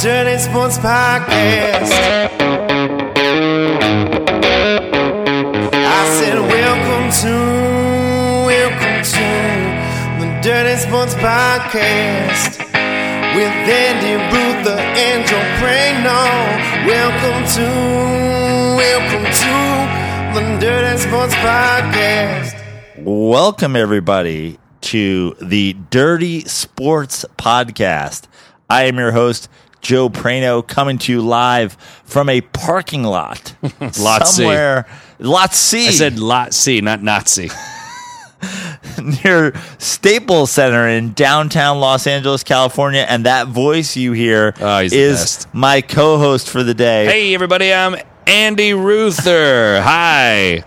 Someone's Podcast. I said, Welcome to, welcome to the Dirty Sports Podcast with Andy Ruther and Joe Prano. Welcome to, welcome to the Dirty Sports Podcast. Welcome, everybody, to the Dirty Sports Podcast. I am your host, Joe Prano, coming to you live from a parking lot. Lot C. somewhere. Lot C. I said lot C, not Nazi. near Staples Center in downtown Los Angeles, California. And that voice you hear Oh, he's is the best. my co host for the day. hey, everybody, I'm Andy Ruther. Hi.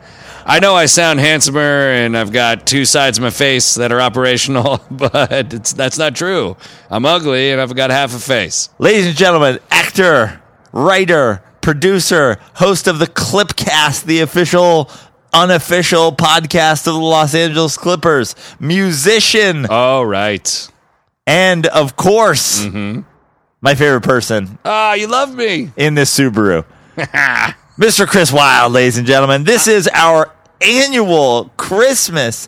I know I sound handsomer and I've got two sides of my face that are operational, but it's, that's not true. I'm ugly and I've got half a face. Ladies and gentlemen, actor, writer, producer, host of the Clipcast, the official unofficial podcast of the Los Angeles Clippers, musician, All right. and of course, my favorite person Ah, you love me. in this Subaru. Mr. Chris Wild, ladies and gentlemen, Uh. this is our annual Christmas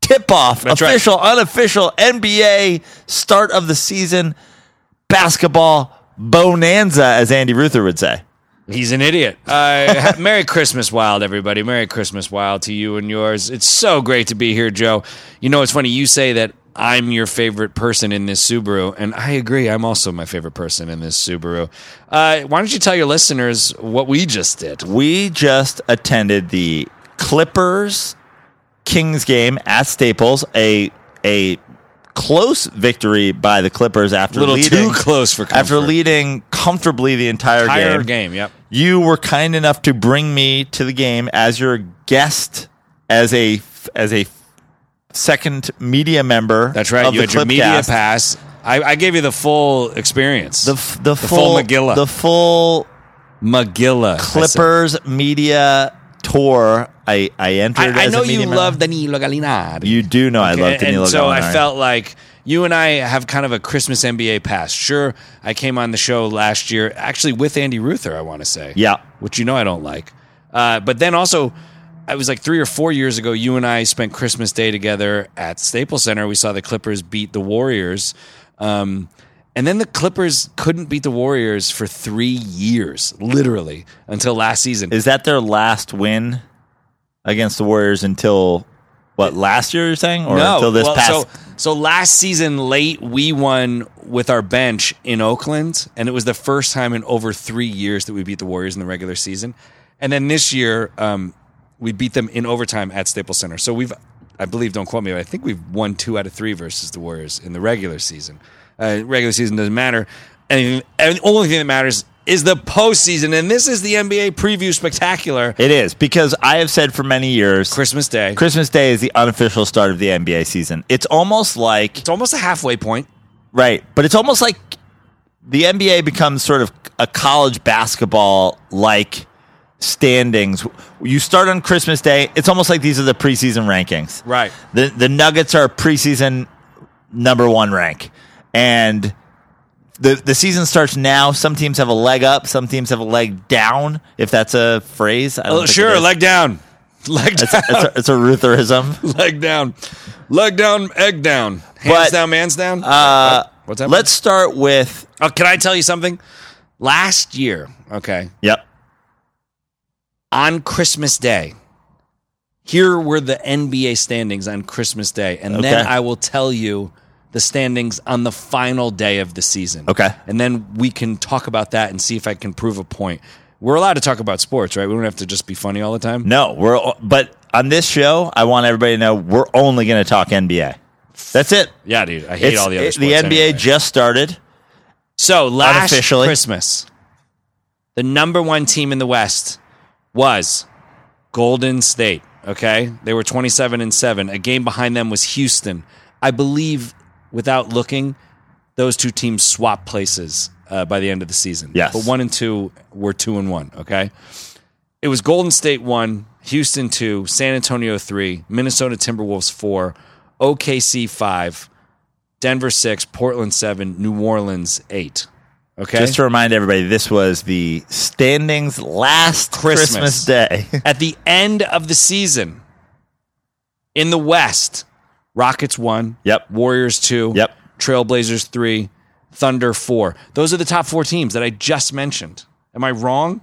tip-off, That's right. official, unofficial NBA start of the season basketball bonanza, as Andy Ruther would say. He's an idiot. Uh, ha- Merry Christmas, Wild, everybody. Merry Christmas, Wild, to you and yours. It's so great to be here, Joe. You know, it's funny. You say that I'm your favorite person in this Subaru, and I agree. I'm also my favorite person in this Subaru. Uh, why don't you tell your listeners what we just did? We just attended the Clippers Kings game at Staples, a a close victory by the Clippers after Little leading, too close for comfort. after leading comfortably the entire Higher game. game. Yep. you were kind enough to bring me to the game as your guest as a as a second media member That's right. of You the had your media Clipcast. pass. I, I gave you the full experience. the, f- the, full Magilla. the full Magilla I said. clippers media tour i i entered I, I as a know media you member. love Danilo Gallinari. you do know i love and, and Danilo so I Gallinari. felt like you and I have kind of a Christmas NBA past. Sure, I came on the show last year, actually with Andy Ruther, I want to say. Yeah. Which you know I don't like. Uh, but then also, I was like three or four years ago, you and I spent Christmas Day together at Staples Center. We saw the Clippers beat the Warriors. Um, and then the Clippers couldn't beat the Warriors for three years, literally, until last season. is that their last win against the warriors until what last year you're saying or until this well, past So, so last season, late, we won with our bench in Oakland, and it was the first time in over three years that we beat the Warriors in the regular season. And then this year, um, we beat them in overtime at Staples Center. So we've, I believe, don't quote me, but I think we've won two out of three versus the Warriors in the regular season. Uh, regular season doesn't matter. And, and the only thing that matters is the postseason. And this is the NBA preview spectacular. it is because i have said for many years Christmas Day. Christmas Day is the unofficial start of the NBA season. It's almost like It's almost a halfway point. right, but it's almost like the NBA becomes sort of a college basketball like standings. You start on Christmas Day. It's almost like these are the preseason rankings. Right. The the Nuggets are preseason number 1 rank. And the the season starts now. Some teams have a leg up, some teams have a leg down, if that's a phrase. I don't Oh, think it sure, is. leg down. Leg down. it's a, it's a Rutherism. leg down. Leg down, egg down. Hands But, down, man's down. Uh, What's happening? Let's start with oh, can I tell you something? Last year, okay, yep. on Christmas Day, here were the NBA standings on Christmas Day. And then Okay. I will tell you the standings on the final day of the season. Okay. And then we can talk about that and see if I can prove a point. We're allowed to talk about sports, right? We don't have to just be funny all the time. No, we're but on this show, I want everybody to know we're only going to talk NBA. That's it. Yeah, dude. I hate It's- all the other it- sports. the NBA anyway. just started. So last Unofficially. Christmas, the number one team in the West was Golden State. Okay, they were twenty-seven and seven. A game behind them was Houston. I believe, without looking, those two teams swapped places uh, by the end of the season. Yes. but one and two were two and one. Okay, it was Golden State one, Houston two, San Antonio three, Minnesota Timberwolves four, OKC five, Denver six, Portland seven, New Orleans eight. Okay. Just to remind everybody, this was the standings last Christmas. Christmas day. At the end of the season in the West, Rockets one. Yep. Warriors two. Yep. Trailblazers three. Thunder four. Those are the top four teams that I just mentioned. Am I wrong?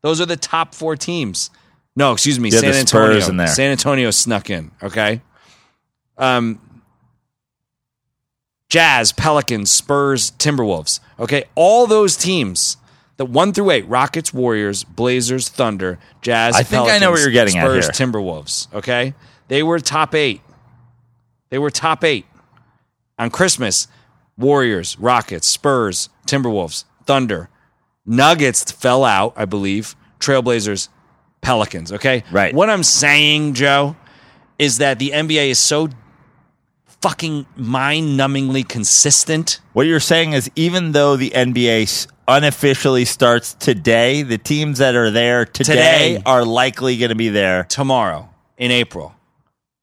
Those are the top four teams. No, excuse me. Yeah, San the Antonio. Spurs in there. San Antonio snuck in. Okay. Um, Jazz, Pelicans, Spurs, Timberwolves. Okay, all those teams. The one through eight: Rockets, Warriors, Blazers, Thunder, Jazz. I think I know what Pelicans, you're getting at Spurs, here. Timberwolves. Okay, they were top eight. They were top eight on Christmas. Warriors, Rockets, Spurs, Timberwolves, Thunder, Nuggets fell out, I believe. Trailblazers, Pelicans. Okay, Right. What I'm saying, Joe, is that the NBA is so fucking mind-numbingly consistent. What you're saying is, even though the NBA s- unofficially starts today, the teams that are there today, Today. are likely going to be there. tomorrow in April.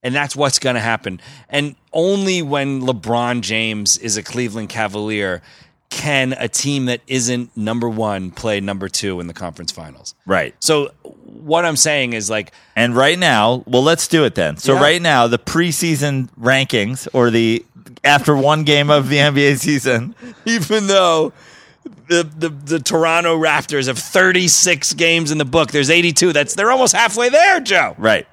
And that's what's going to happen. And only when LeBron James is a Cleveland Cavalier can a team that isn't number one play number two in the conference finals. Right. So, what I'm saying is like, And right now, well, let's do it then. So Yeah. right now, the preseason rankings or the after one game of the NBA season, even though the, the, the Toronto Raptors have 36 games in the book, there's 82. That's they're almost halfway there, Joe. right?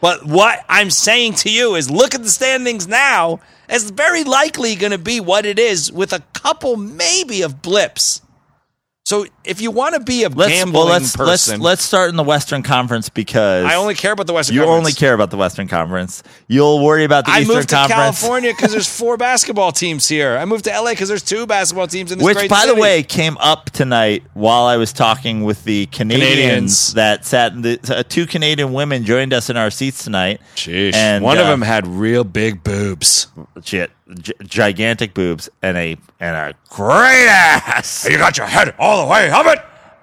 But what I'm saying to you is look at the standings now. It's very likely going to be what it is with a couple maybe of blips. So if you want to be a Let's gambling well, let's person, let's let's start in the Western Conference because I only care about the Western you Conference. only care about the Western Conference. You'll worry about the I Eastern moved to Conference, California because there's four basketball teams here. I moved to LA because there's two basketball teams in this which, great by the city. way, came up tonight while I was talking with the Canadians, Canadians. that sat. in The, uh, two Canadian women joined us in our seats tonight. and one of uh, them had real big boobs. shit, gi- gigantic boobs and a and a great ass. You got your head all the way up it.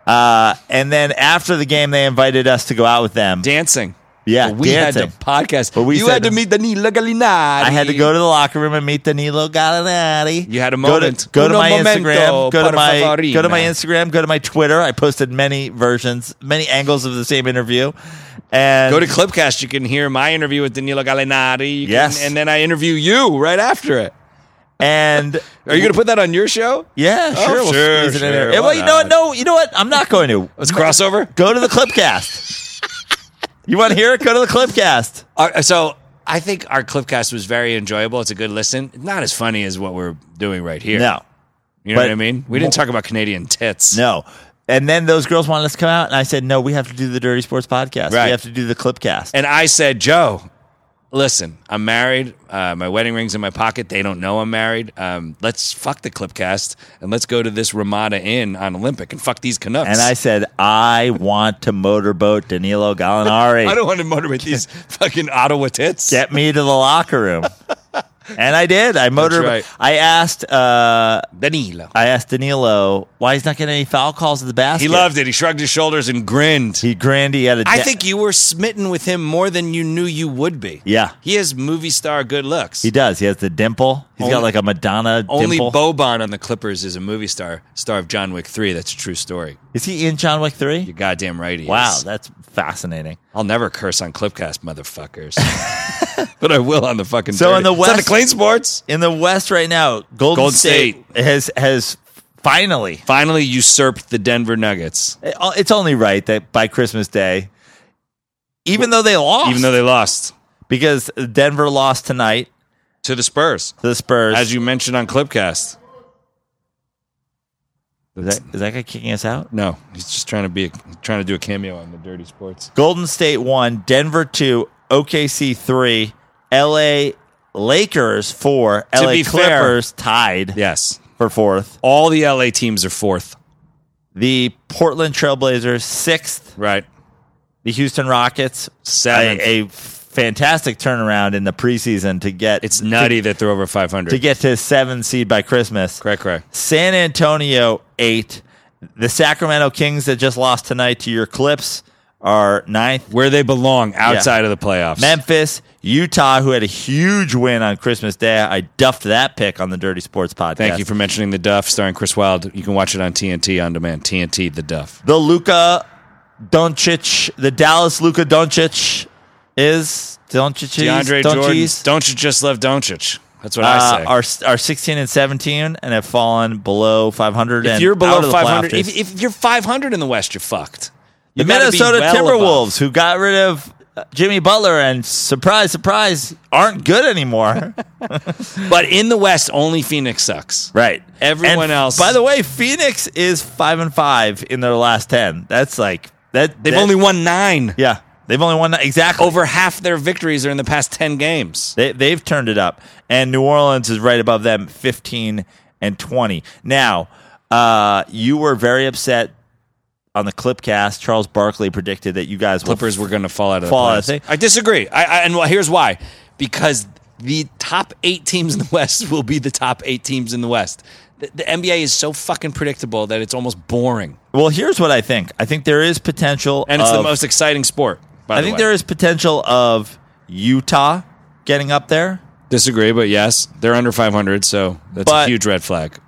Uh, and then after the game, they invited us to go out with them. Dancing. Yeah, But we had dancing. to podcast. But we you said- had to meet the Nila Gallinari. I had to go to the locker room and meet Danilo Gallinari. You had a moment. Go to, go to Uno my momento, Instagram. Go to por my favorina. go to my Instagram. Go to my Twitter. I posted many versions, many angles of the same interview. And Go to Clipcast. You can hear my interview with Danilo Gallinari. You can- Yes. and then I interview you right after it. and Are you going to put that on your show? yeah, Oh, sure, we'll sure, squeeze it in sure, there. And, well, why you know what? not? No, you know what? I'm not going to. Let's crossover. Go to the Clipcast. you want to hear it? Go to the Clipcast. Our- uh, so I think our Clipcast was very enjoyable. It's a good listen. Not as funny as what we're doing right here. No, you know but- what I mean. We didn't talk about Canadian tits. no. And then those girls wanted us to come out, and I said, "No, we have to do the Dirty Sports podcast. Right. We have to do the Clipcast." And I said, Joe, listen, I'm married. Uh, my wedding ring's in my pocket. They don't know I'm married. Um, let's fuck the Clipcast and let's go to this Ramada Inn on Olympic and fuck these Canucks. And I said, I want to motorboat Danilo I Gallinari. don't want to motivate these fucking Ottawa tits. Get me to the locker room. and I did. I motor. right. I asked. Uh, Danilo. I asked Danilo why he's not getting any foul calls at the basket. He loved it. He shrugged his shoulders and grinned. He grinned. He had a. I da- think you were smitten with him more than you knew you would be. Yeah. He has movie star good looks. he does. He has the dimple. He's got Only- like a Madonna Only dimple. Boban on the Clippers is a movie star, star of John Wick 3. That's a true story. Is he in John Wick three? You're goddamn right he Wow, is. that's fascinating. I'll never curse on Clipcast, motherfuckers. but I will on the fucking So in dirty- the It's on the West- Clean Sports. In the West right now, Golden, Golden State, has has finally. Finally usurped the Denver Nuggets, it- It's only right that by Christmas Day, even though they lost, even though they lost because Denver lost tonight to the Spurs, to the Spurs. as you mentioned on Clipcast. is, that, is that guy kicking us out? No, he's just trying to be trying to do a cameo on the Dirty Sports. Golden State one, Denver two, OKC three, LA Lakers four, LA be fair- Clippers tied Yes. for fourth. All the LA teams are fourth, The Portland Trailblazers sixth, right? the Houston Rockets Seventh. A, a fantastic turnaround in the preseason to get It's nutty that they're over 500. to get to seven seed by Christmas. correct, correct. San Antonio eight. The Sacramento Kings that just lost tonight to your Clips are ninth. where they belong outside of the playoffs. Memphis, Utah, who had a huge win on Christmas Day. I duffed that pick on the Dirty Sports podcast. Thank you for mentioning The Duff starring Chris Wilde. You can watch it on TNT on demand. TNT The Duff. the Luka Doncic, the Dallas Luka Doncic is Doncic. DeAndre Jordan. Doncic, Don't you just love Doncic? That's what I say. uh, are are 16 and 17 and have fallen below 500. if and you're out of below the 500, playoff if, race. if you're 500 in the West, you're fucked. You the gotta be Minnesota well Timberwolves, above. who got rid of uh, Jimmy Butler and surprise, surprise, aren't good anymore. But in the West, only Phoenix sucks. right. Everyone else- By the way, Phoenix is five and five in their last ten. That's like that. They've that- only won nine. yeah. They've only won exactly Over half their victories are in the past 10 games. They, they've turned it up, and New Orleans is right above them, fifteen and twenty. Now, uh, you were very upset on the Clipcast. Charles Barkley predicted that you guys will Clippers were going to fall out of the Fall out of playoffs. the thing. I disagree. I, I, and wh- here's why: because the top eight teams in the West will be the top eight teams in the West. The, the NBA is so fucking predictable that it's almost boring, Well, here's what I think. I think there is potential, and it's the of- most exciting sport. By I the think way. there is potential of Utah getting up there. disagree, but yes, they're under 500, so that's But- a huge red flag.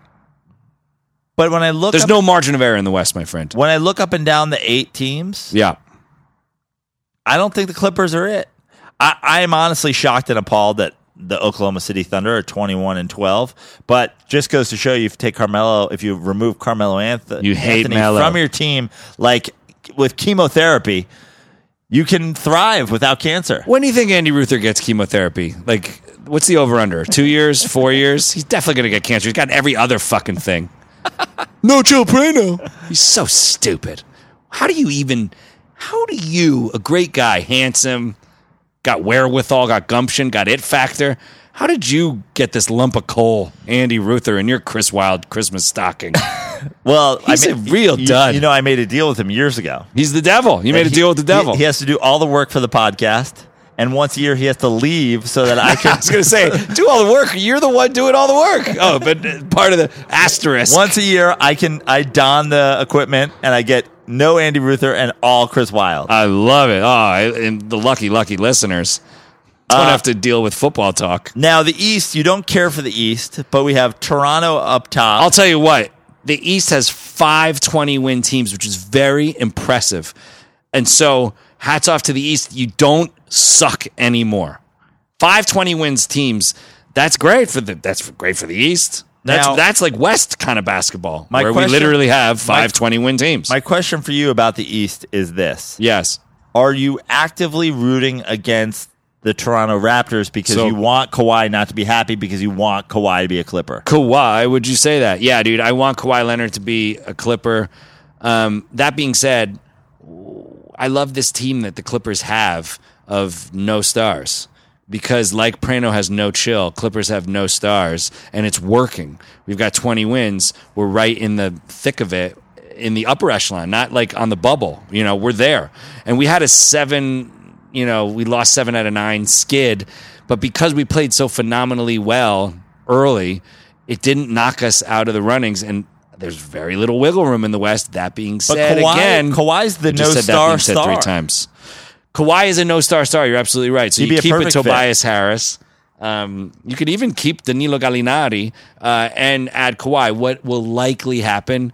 But when I look, There's up, no margin of error in the West, my friend. when I look up and down the eight teams, Yeah, I don't think the Clippers are it. I, I am honestly shocked and appalled that the Oklahoma City Thunder are 21 and 12. But just goes to show you, if you take Carmelo, if you remove Carmelo Anthony, You hate Anthony Melo. from your team, like with chemotherapy, you can thrive without cancer. When do you think Andy Ruther gets chemotherapy? Like, what's the over under? Two years? Four years? He's definitely going to get cancer. He's got every other fucking thing. no Joe Prano. He's so stupid. How do you even, how do you, a great guy, handsome, got wherewithal, got gumption, got it factor, how did you get this lump of coal, Andy Ruther, in your Chris Wilde Christmas stocking? Well, He's a real you, dud. You know, I made a deal with him years ago. He's the devil. You made a He- deal with the he- devil. He, has to do all the work for the podcast, and once a year he has to leave so that I I can. was going to say, do all the work. You're the one doing all the work. Oh, but uh, part of the asterisk. Once a year, I can I don the equipment and I get no Andy Ruther and all Chris Wilde. I love it. Oh, I- and the lucky, lucky listeners don't Uh, have to deal with football talk. Now the East, you don't care for the East, but we have Toronto up top. I'll tell you what, the East has five 20 win teams, which is very impressive. And so, hats off to the East. You don't suck anymore. Five 20 wins teams. That's great for the. That's great for the East. That's Now- that's like West kind of basketball, My where question- we literally have five 20 win teams. My question for you about the East is this: yes, Are you actively rooting against the Toronto Raptors because So- you want Kawhi not to be happy because you want Kawhi to be a Clipper? Kawhi, would you say that? Yeah, dude, I want Kawhi Leonard to be a Clipper. Um, that being said, I love this team that the Clippers have of no stars because, like Prano has no chill, Clippers have no stars, and it's working. We've got 20 wins. We're right in the thick of it, in the upper echelon, not like on the bubble. You know, we're there. And we had a seven, you know, we lost seven out of nine skid, but because we played so phenomenally well early, it didn't knock us out of the runnings. And there's very little wiggle room in the West. That being But said, Kawhi, again, Kawhi's the I no just said star that being said star. three times. Kawhi is a no star star. You're absolutely right. So He'd be you a keep it perfect fit. Tobias Harris. Um, you could even keep Danilo Gallinari uh, and add Kawhi. What will likely happen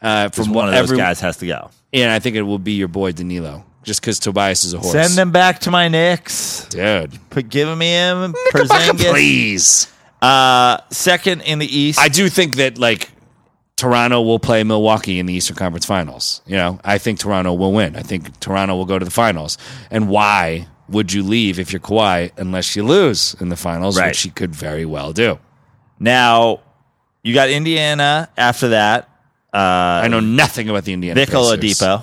uh, from One what of those every- guys has to go. And I think it will be your boy Danilo, just because Tobias is a horse. Send them back to my Knicks. dude. P- Giving me him Kabaka, Porzingis. please. Uh, second in the East. I do think that like Toronto will play Milwaukee in the Eastern Conference Finals. You know, I think Toronto will win. I think Toronto will go to the finals. And why would you leave if you're Kawhi unless you lose in the finals, Right. which you could very well do? now you got Indiana after that. Uh, I know nothing about the Indiana Vic Pacers. Oladipo.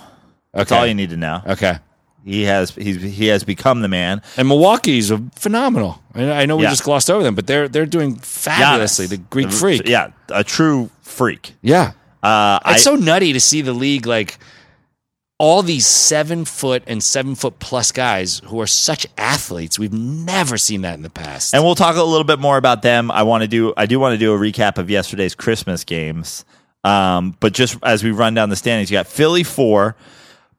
That's Okay. all you need to know. Okay. He has he's he has become the man. And Milwaukee's a phenomenal. I I know we Yeah. just glossed over them, but they're they're doing fabulously. Giannis. The Greek The- freak. Yeah, a true freak. Yeah. Uh, I, It's so nutty to see the league like all these seven foot and seven foot plus guys who are such athletes. We've never seen that in the past. and we'll talk a little bit more about them. I want to do I do want to do a recap of yesterday's Christmas games. Um, but just as we run down the standings, you got Philly four,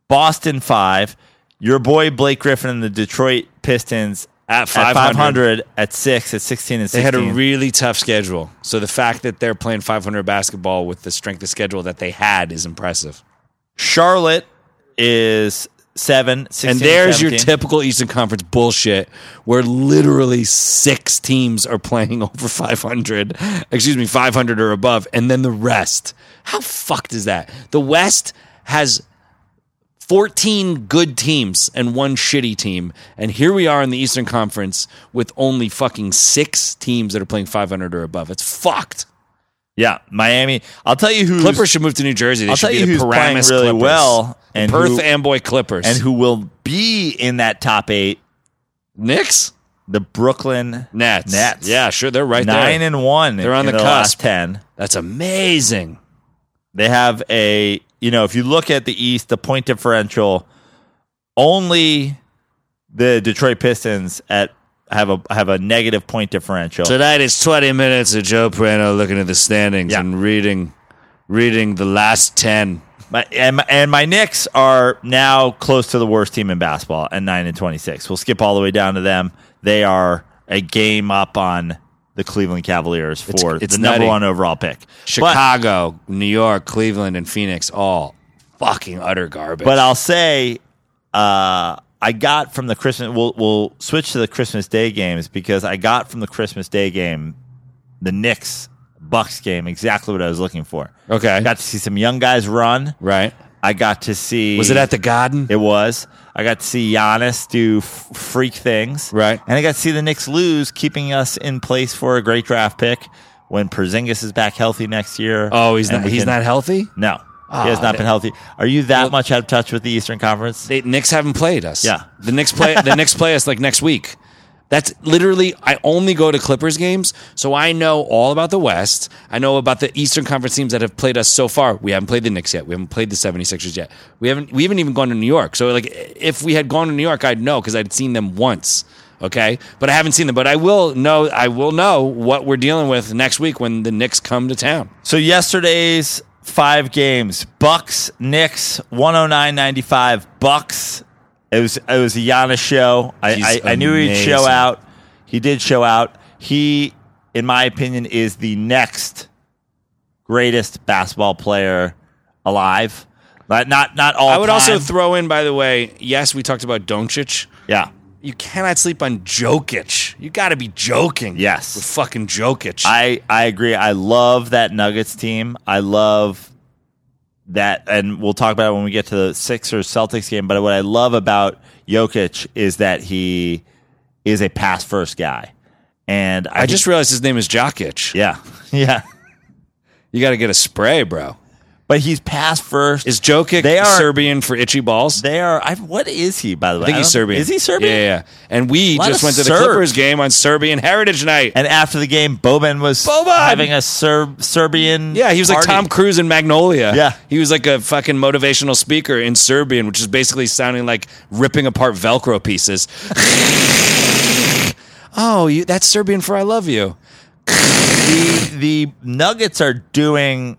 Boston five, your boy Blake Griffin and the Detroit Pistons At at 500. 500 at six at 16 and They 16. had a really tough schedule. So the fact that they're playing 500 basketball with the strength of schedule that they had is impressive. Charlotte is seven. 16 And there's your 17. typical Eastern Conference bullshit where literally six teams are playing over 500, excuse me, 500 or above, and then the rest. How fucked is that? The West has 14 good teams and one shitty team. And here we are in the Eastern Conference with only fucking six teams that are playing 500 or above. It's fucked. Yeah, Miami. I'll tell you who Clippers should move to New Jersey. They I'll should tell be you the who's playing Paramus really Clippers. well The and Perth who- Amboy Clippers. and who will be in that top eight. Knicks? The Brooklyn Nets. Nets. Yeah, sure. They're right there. nine and one. They're on in the their last cusp. ten. That's amazing. They have a you know if you look at the East, the point differential, only the Detroit Pistons at have a have a negative point differential. Tonight it's 20 minutes of Joe Prano looking at the standings Yeah. and reading reading the last 10. My, and, my, and my Knicks are now close to the worst team in basketball at 9 and 26. We'll skip all the way down to them. They are a game up on the Cleveland Cavaliers for it's the number nutty. one overall pick. But, Chicago, New York, Cleveland and Phoenix all fucking utter garbage. but I'll say uh, I got from the Christmas we'll, we'll switch to the Christmas Day games because I got from the Christmas Day game the Knicks Bucks game exactly what I was looking for. Okay. I got to see some young guys run. right? I got to see Was it at the Garden? It was. I got to see Giannis do f- freak things. Right. And I got to see the Knicks lose, keeping us in place for a great draft pick when Porzingis is back healthy next year. oh, he's And not we he's can- not healthy? No. he has Ah, not been healthy. Are you that much out of touch with the Eastern Conference? They Knicks haven't played us. Yeah. The Knicks play the Knicks play us like next week. That's literally I only go to Clippers games, so I know all about the West. I know about the Eastern Conference teams that have played us so far. We haven't played the Knicks yet. We haven't played the 76ers yet. We haven't we haven't even gone to New York. So like if we had gone to New York, I'd know cuz I'd seen them once. Okay? But I haven't seen them, but I will know I will know what we're dealing with next week when the Knicks come to town. So yesterday's five games: Bucks, Knicks, one hundred nine ninety five. Bucks. It was it was a Giannis show. He's I, I, I knew he'd show amazing. out. He did show out. He, in my opinion, is the next greatest basketball player alive. Not not, not all. I would also time. throw in by the way, yes, we talked about Doncic. yeah. You cannot sleep on Jokic. You got to be joking. Yes. With fucking Jokic. I I agree. I love that Nuggets team. I love that, and we'll talk about it when we get to the Sixers Celtics game. But what I love about Jokic is that he is a pass first guy, and I, I think- just realized his name is Jokic. yeah yeah. You got to get a spray, bro. But he's pass first. Is Jokic They are- Serbian for itchy balls? they are? I, what is he by the way? I think he's don't- Serbian. Is he Serbian? Yeah, yeah, yeah. And we lot just of went to the Serbs. Clippers game on Serbian Heritage Night. And after the game, Boban was Boban! having a Serb Serbian. yeah, he was like party. Tom Cruise in Magnolia. Yeah. He was like a fucking motivational speaker in Serbian, which is basically sounding like ripping apart Velcro pieces. oh, you, that's Serbian for I love you. the the Nuggets are doing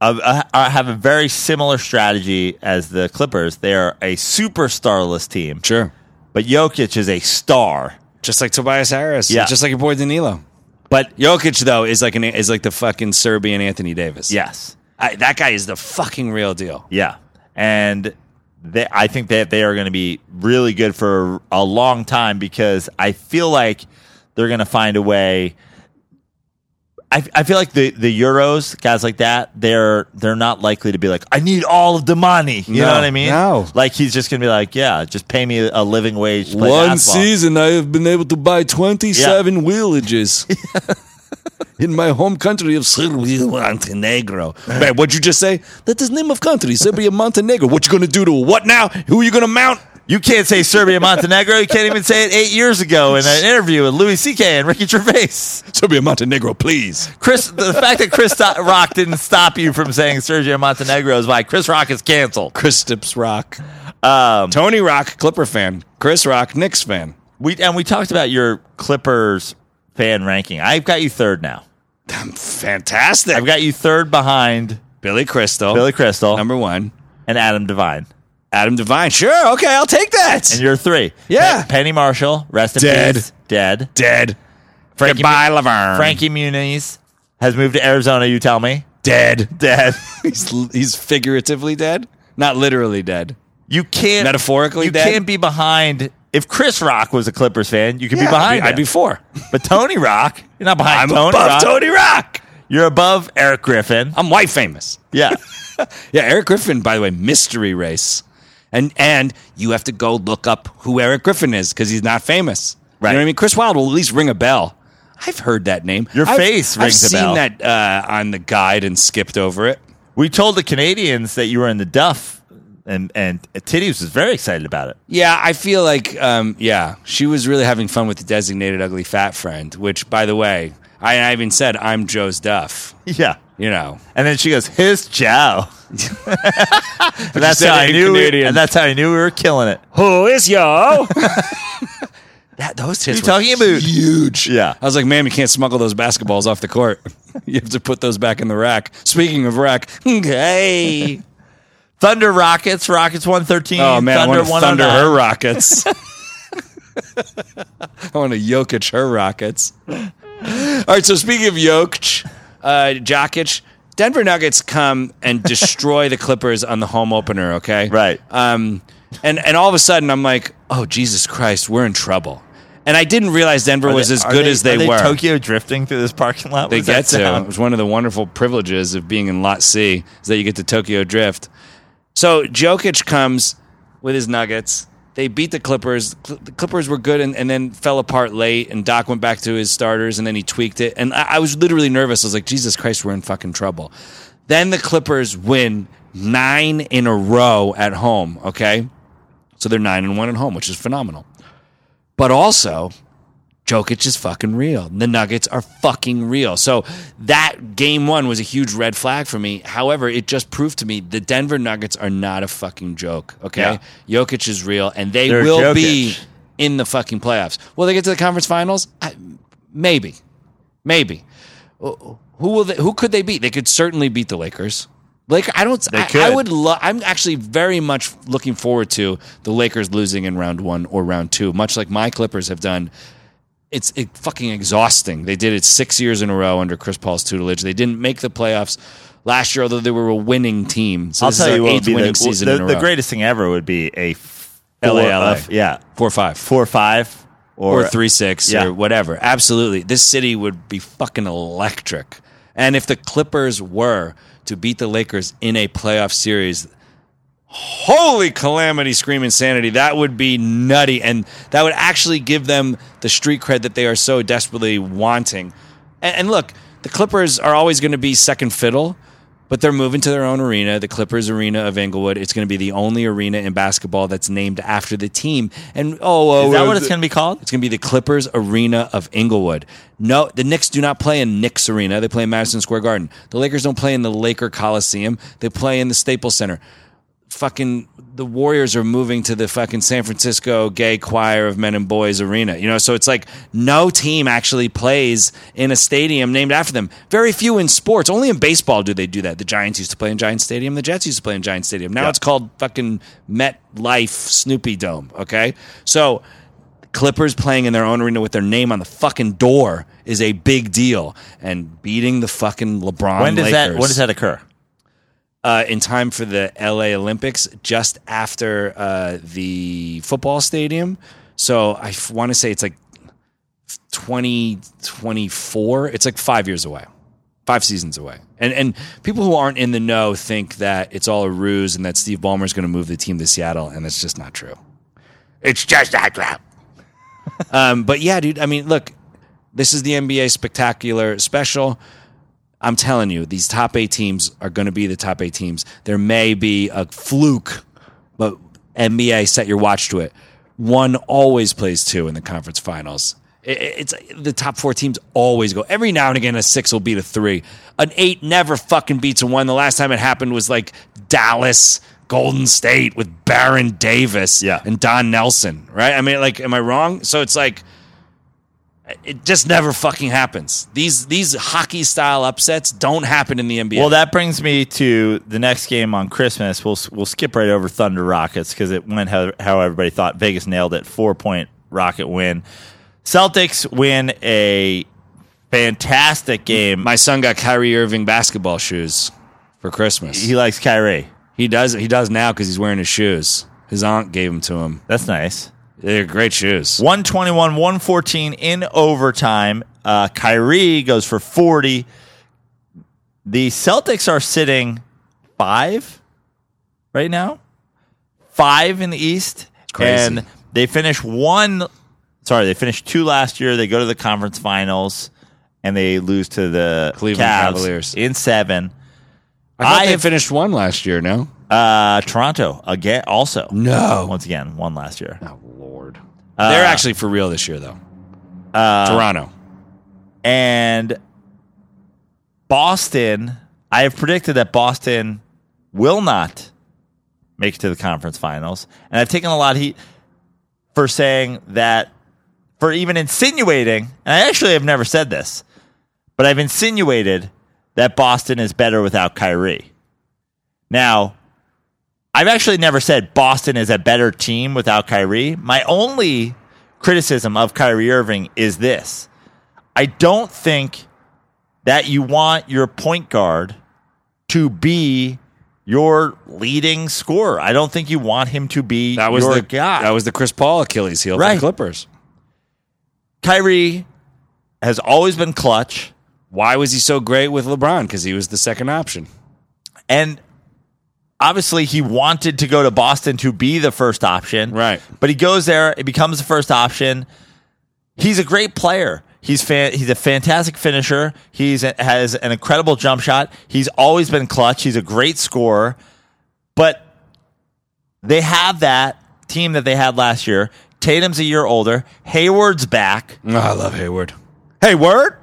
a, a, have a very similar strategy as the Clippers. They are a superstarless team, Sure. but Jokic is a star. Just like Tobias Harris. Yeah. Just like your boy Danilo. But Jokic though is like an is like the fucking Serbian Anthony Davis. yes, I, that guy is the fucking real deal. yeah, and they, I think that they are going to be really good for a long time because I feel like they're going to find a way. I, I feel like the, the Euros guys like that they're they're not likely to be like I need all of the money you No, know what I mean no. like he's just gonna be like yeah just pay me a living wage to play basketball." I have been able to buy twenty villages in my home country of Serbia, Montenegro. Man, what'd you just say? That is name of country, Serbia, Montenegro. What you gonna do to it? what now? Who you gonna mount? you can't say Serbia Montenegro you can't even say it eight years ago in an interview with Louis C K and Ricky Gervais Serbia, Montenegro, please. Chris the fact that Chris Sto- Rock didn't stop you from saying Sergio Montenegro is why Chris Rock is canceled Chris Tips Rock, um, Tony Rock, Clipper fan, Chris Rock, Knicks fan. we and we talked about your Clippers fan ranking I've got you third now Fantastic. I've got you third behind Billy Crystal. Billy Crystal Number one. and Adam Devine. Adam Devine. Sure, okay, I'll take that. And you're three. Yeah. Pe- Penny Marshall, rest in Dead. peace. Dead. dead. Frankie Goodbye, Laverne. Frankie Muniz has moved to Arizona, you tell me. dead. Dead. He's he's figuratively dead, not literally dead. You can't Metaphorically You dead? can't be behind if Chris Rock was a Clippers fan, you could Yeah, be behind. I'd be, I'd him. be four. but Tony Rock, you're not behind I'm Tony above Rock. Tony Rock. You're above Eric Griffin. I'm white famous. Yeah. Yeah, Eric Griffin, by the way, mystery race, and and you have to go look up who Eric Griffin is because he's not famous. You Right. know what I mean? Chris Wilde will at least ring a bell. I've heard that name. Your I've- face I've rings a seen bell. that uh, on the guide and skipped over it. we told the Canadians that you were in the Duff and and Titties was very excited about it. Yeah, I feel like um, yeah, she was really having fun with the designated ugly fat friend. Which, by the way, I, I even said I'm Joe's Duff. Yeah. You know, And then she goes, "His Joe." and that's said how I in knew. We, Canadian. and that's how I knew we were killing it. who is yo? that those tits you were talking about? huge. Yeah. I was like, ma'am, you can't smuggle those basketballs off the court. you have to put those back in the rack. Speaking of rack, hey, Thunder Rockets, Rockets one thirteen. oh man, I Thunder want to thunder 109. her rockets. I want to Jokic her rockets. All right, so speaking of Jokic, uh, Jokic, Denver Nuggets come and destroy the Clippers on the home opener. Okay, Right. Um, and and all of a sudden, I'm like, oh Jesus Christ, we're in trouble. And I didn't realize Denver was as Are good as they, are were. Tokyo drifting through this parking lot. What they does that get to. It sound? was one of the wonderful privileges of being in Lot C is that you get to Tokyo Drift. So Jokic comes with his Nuggets. They beat the Clippers. Cl- The Clippers were good and, and then fell apart late. And Doc went back to his starters and then he tweaked it. And I, I was literally nervous. I was like, Jesus Christ, we're in fucking trouble. Then the Clippers win nine in a row at home. Okay. So they're nine and one at home, which is phenomenal. But also, Jokic is fucking real. The Nuggets are fucking real. So that game one was a huge red flag for me. However, it just proved to me the Denver Nuggets are not a fucking joke. Okay, Jokic is real, and they They're will Jokic. be in the fucking playoffs. Will they get to the conference finals? I, maybe, maybe. Uh, Who will they, who could they beat? They could certainly beat the Lakers. Like I don't. I, could. I would. Lo- I'm actually very much looking forward to the Lakers losing in round one or round two, much like my Clippers have done. It's it, fucking exhausting. They did it six years in a row under Chris Paul's tutelage. They didn't make the playoffs last year, although they were a winning team. So I'll this is tell their you what would eighth be winning the, season the, in a the row. greatest thing ever would be a f- LA, four LA. of- yeah, four five four or five or, or three six yeah. or whatever. Absolutely, this city would be fucking electric. And if the Clippers were to beat the Lakers in a playoff series, holy calamity, scream insanity! That would be nutty, and that would actually give them the street cred that they are so desperately wanting. And, and look, the Clippers are always going to be second fiddle. But they're moving to their own arena, the Clippers Arena of Inglewood. It's going to be the only arena in basketball that's named after the team. And oh, oh Is that what uh, it's going to be called? it's going to be the Clippers Arena of Inglewood. No, the Knicks do not play in Knicks Arena. They play in Madison Square Garden. The Lakers don't play in the Laker Coliseum. They play in the Staples Center. Fucking the Warriors are moving to the fucking San Francisco Gay Choir of Men and Boys Arena. You know, so it's like no team actually plays in a stadium named after them. Very few in sports. Only in baseball do they do that. The Giants used to play in Giant Stadium. The Jets used to play in Giant Stadium. Now it's called fucking Met Life Snoopy Dome. Okay, so Clippers playing in their own arena with their name on the fucking door is a big deal, and beating the fucking LeBron. When does that Lakers, when does that occur? Uh, in time for the LA Olympics, just after uh, the football stadium. So I want to say it's like twenty twenty four. It's like five years away, five seasons away. And and people who aren't in the know think that it's all a ruse and that Steve Ballmer's going to move the team to Seattle, and that's just not true. It's just not true. um, but yeah, dude. I mean, look, this is the NBA spectacular special. I'm telling you, these top eight teams are going to be the top eight teams. There may be a fluke, but NBA set your watch to it. One always plays two in the conference finals. I- I- It's the top four teams always go. Every now and again, a six will beat a three. An eight never fucking beats a one. The last time it happened was like Dallas, Golden State with Baron Davis Yeah. and Don Nelson, right? I mean, like, am I wrong? So it's like It just never fucking happens. These these hockey style upsets don't happen in the NBA. Well, that brings me to the next game on Christmas. We'll we'll skip right over Thunder Rockets because it went how, how everybody thought. Vegas nailed it. Four point Rocket win. Celtics win a fantastic game. my son got Kyrie Irving basketball shoes for Christmas. He likes Kyrie. He does. He does now because he's wearing his shoes. His aunt gave them to him. That's nice. They're great shoes. 121, 114 in overtime. Uh, Kyrie goes for 40. The Celtics are sitting five right now, five in the East. crazy. And they finished one, sorry, they finished two last year. They go to the conference finals and they lose to the Cleveland Cavs Cavaliers. in seven. I, thought I they have- finished one last year. No. Uh, Toronto again, also. No. Once again, one last year. Uh, Oh Lord. They're actually for real this year though. Toronto. and Boston. I have predicted that Boston will not make it to the conference finals, and I've taken a lot of heat for saying that, for even insinuating. And I actually have never said this, but I've insinuated that Boston is better without Kyrie. Now, I've actually never said Boston is a better team without Kyrie. My only criticism of Kyrie Irving is this. I don't think that you want your point guard to be your leading scorer. I don't think you want him to be That was your the guy. that was the Chris Paul Achilles heel for Right. the Clippers. Kyrie has always been clutch, Why was he so great with LeBron? Because he was the second option. and obviously he wanted to go to Boston to be the first option. Right. But he goes there, it becomes the first option. He's a great player. He's fan, he's a fantastic finisher. He's has an incredible jump shot. He's always been clutch. He's a great scorer. But they have that team that they had last year. Tatum's a year older. Hayward's back. Oh, I love Hayward. Hayward,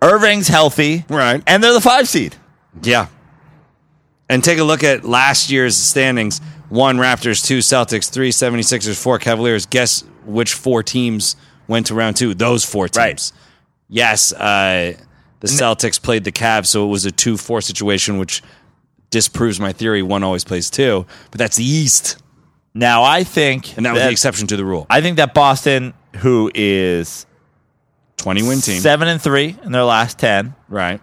Irving's healthy. Right. And they're the five seed. Yeah. And take a look at last year's standings. One Raptors, two Celtics, three 76ers, four Cavaliers. Guess which four teams went to round two? Those four teams. Right. Yes, uh, the Celtics played the Cavs, so it was a 2 4 situation, which disproves my theory. One always plays two, but that's the East. Now I think And that was that- the exception to the rule. I think that Boston, who is 20 win team. seven and three in their last ten, Right.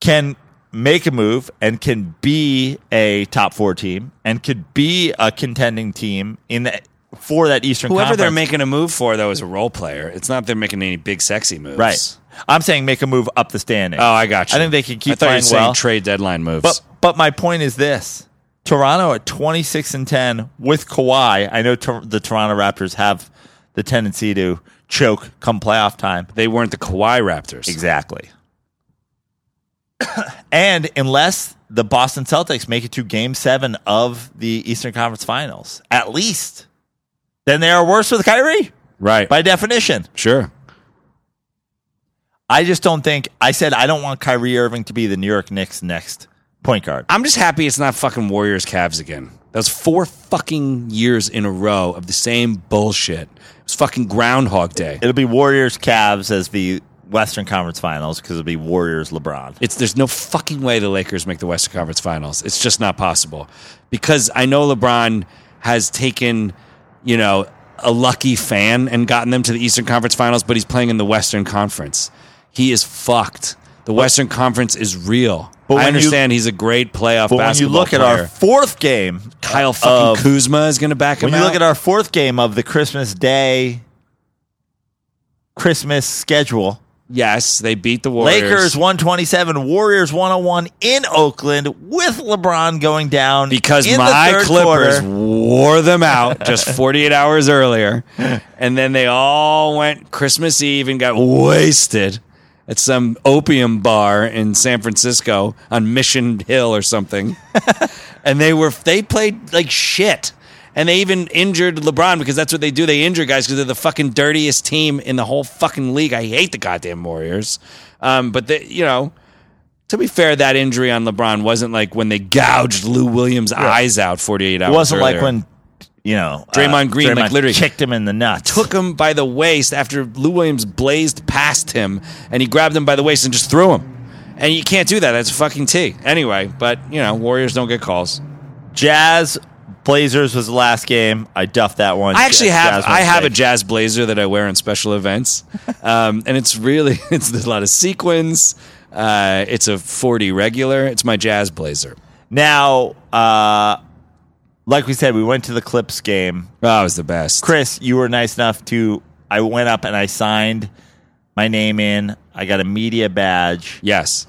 can make a move and can be a top four team and could be a contending team in the, for that Eastern Whoever they're Conference. making a move for, though, is a role player. It's not they're making any big, sexy moves. right. I'm saying make a move up the standing. Oh, I got you. I think they could keep I thought you were playing saying well. trade deadline moves. But but my point is this: Toronto at twenty six and ten with Kawhi. I know Tor- the Toronto Raptors have the tendency to choke come playoff time. they weren't the Kawhi Raptors. Exactly. and unless the Boston Celtics make it to game seven of the Eastern Conference Finals, at least, then they are worse with Kyrie Right. by definition. sure. I just don't think, I said I don't want Kyrie Irving to be the New York Knicks next point guard. I'm just happy it's not fucking Warriors Cavs again. That was four fucking years in a row of the same bullshit. It was fucking Groundhog Day. It'll be Warriors Cavs as the Western Conference Finals because it'll be Warriors LeBron. It's there's no fucking way the Lakers make the Western Conference Finals. It's just not possible because I know LeBron has taken, you know, a lucky fan and gotten them to the Eastern Conference Finals, but he's playing in the Western Conference. He is fucked. The Western Conference is real. But when I you- understand he's a great playoff But when you basketball look player. at our fourth game, Kyle fucking of- Kuzma is going to back him When you out. look at our fourth game of the Christmas Day Christmas schedule, yes, they beat the Warriors. Lakers 127, Warriors 101 in Oakland with LeBron going down because in the my third Clippers quarter. wore them out just 48 hours earlier, and then they all went Christmas Eve and got wasted at some opium bar in San Francisco on Mission Hill or something, and they were they played like shit. And they even injured LeBron because that's what they do. They injure guys because they're the fucking dirtiest team in the whole fucking league. I hate the goddamn Warriors. Um, but they, you know, to be fair, that injury on LeBron wasn't like when they gouged Lou Williams' eyes out 48 hours. It wasn't like earlier. when you know, uh, Draymond Green, like, literally kicked him in the nuts. took him by the waist after Lou Williams blazed past him and he grabbed him by the waist and just threw him. And you can't do that. That's fucking T. Anyway, but you know, Warriors don't get calls. Jazz Blazers was the last game. I duffed that one. I actually Jazz- have Jazz won I have a big. jazz blazer that I wear in special events, um, and it's really it's there's a lot of sequins. Uh, it's a forty regular. It's my jazz blazer. Now, uh, like we said, we went to the Clips game. Oh, it was the best. Chris, you were nice enough to. I went up and I signed my name in. I got a media badge. Yes,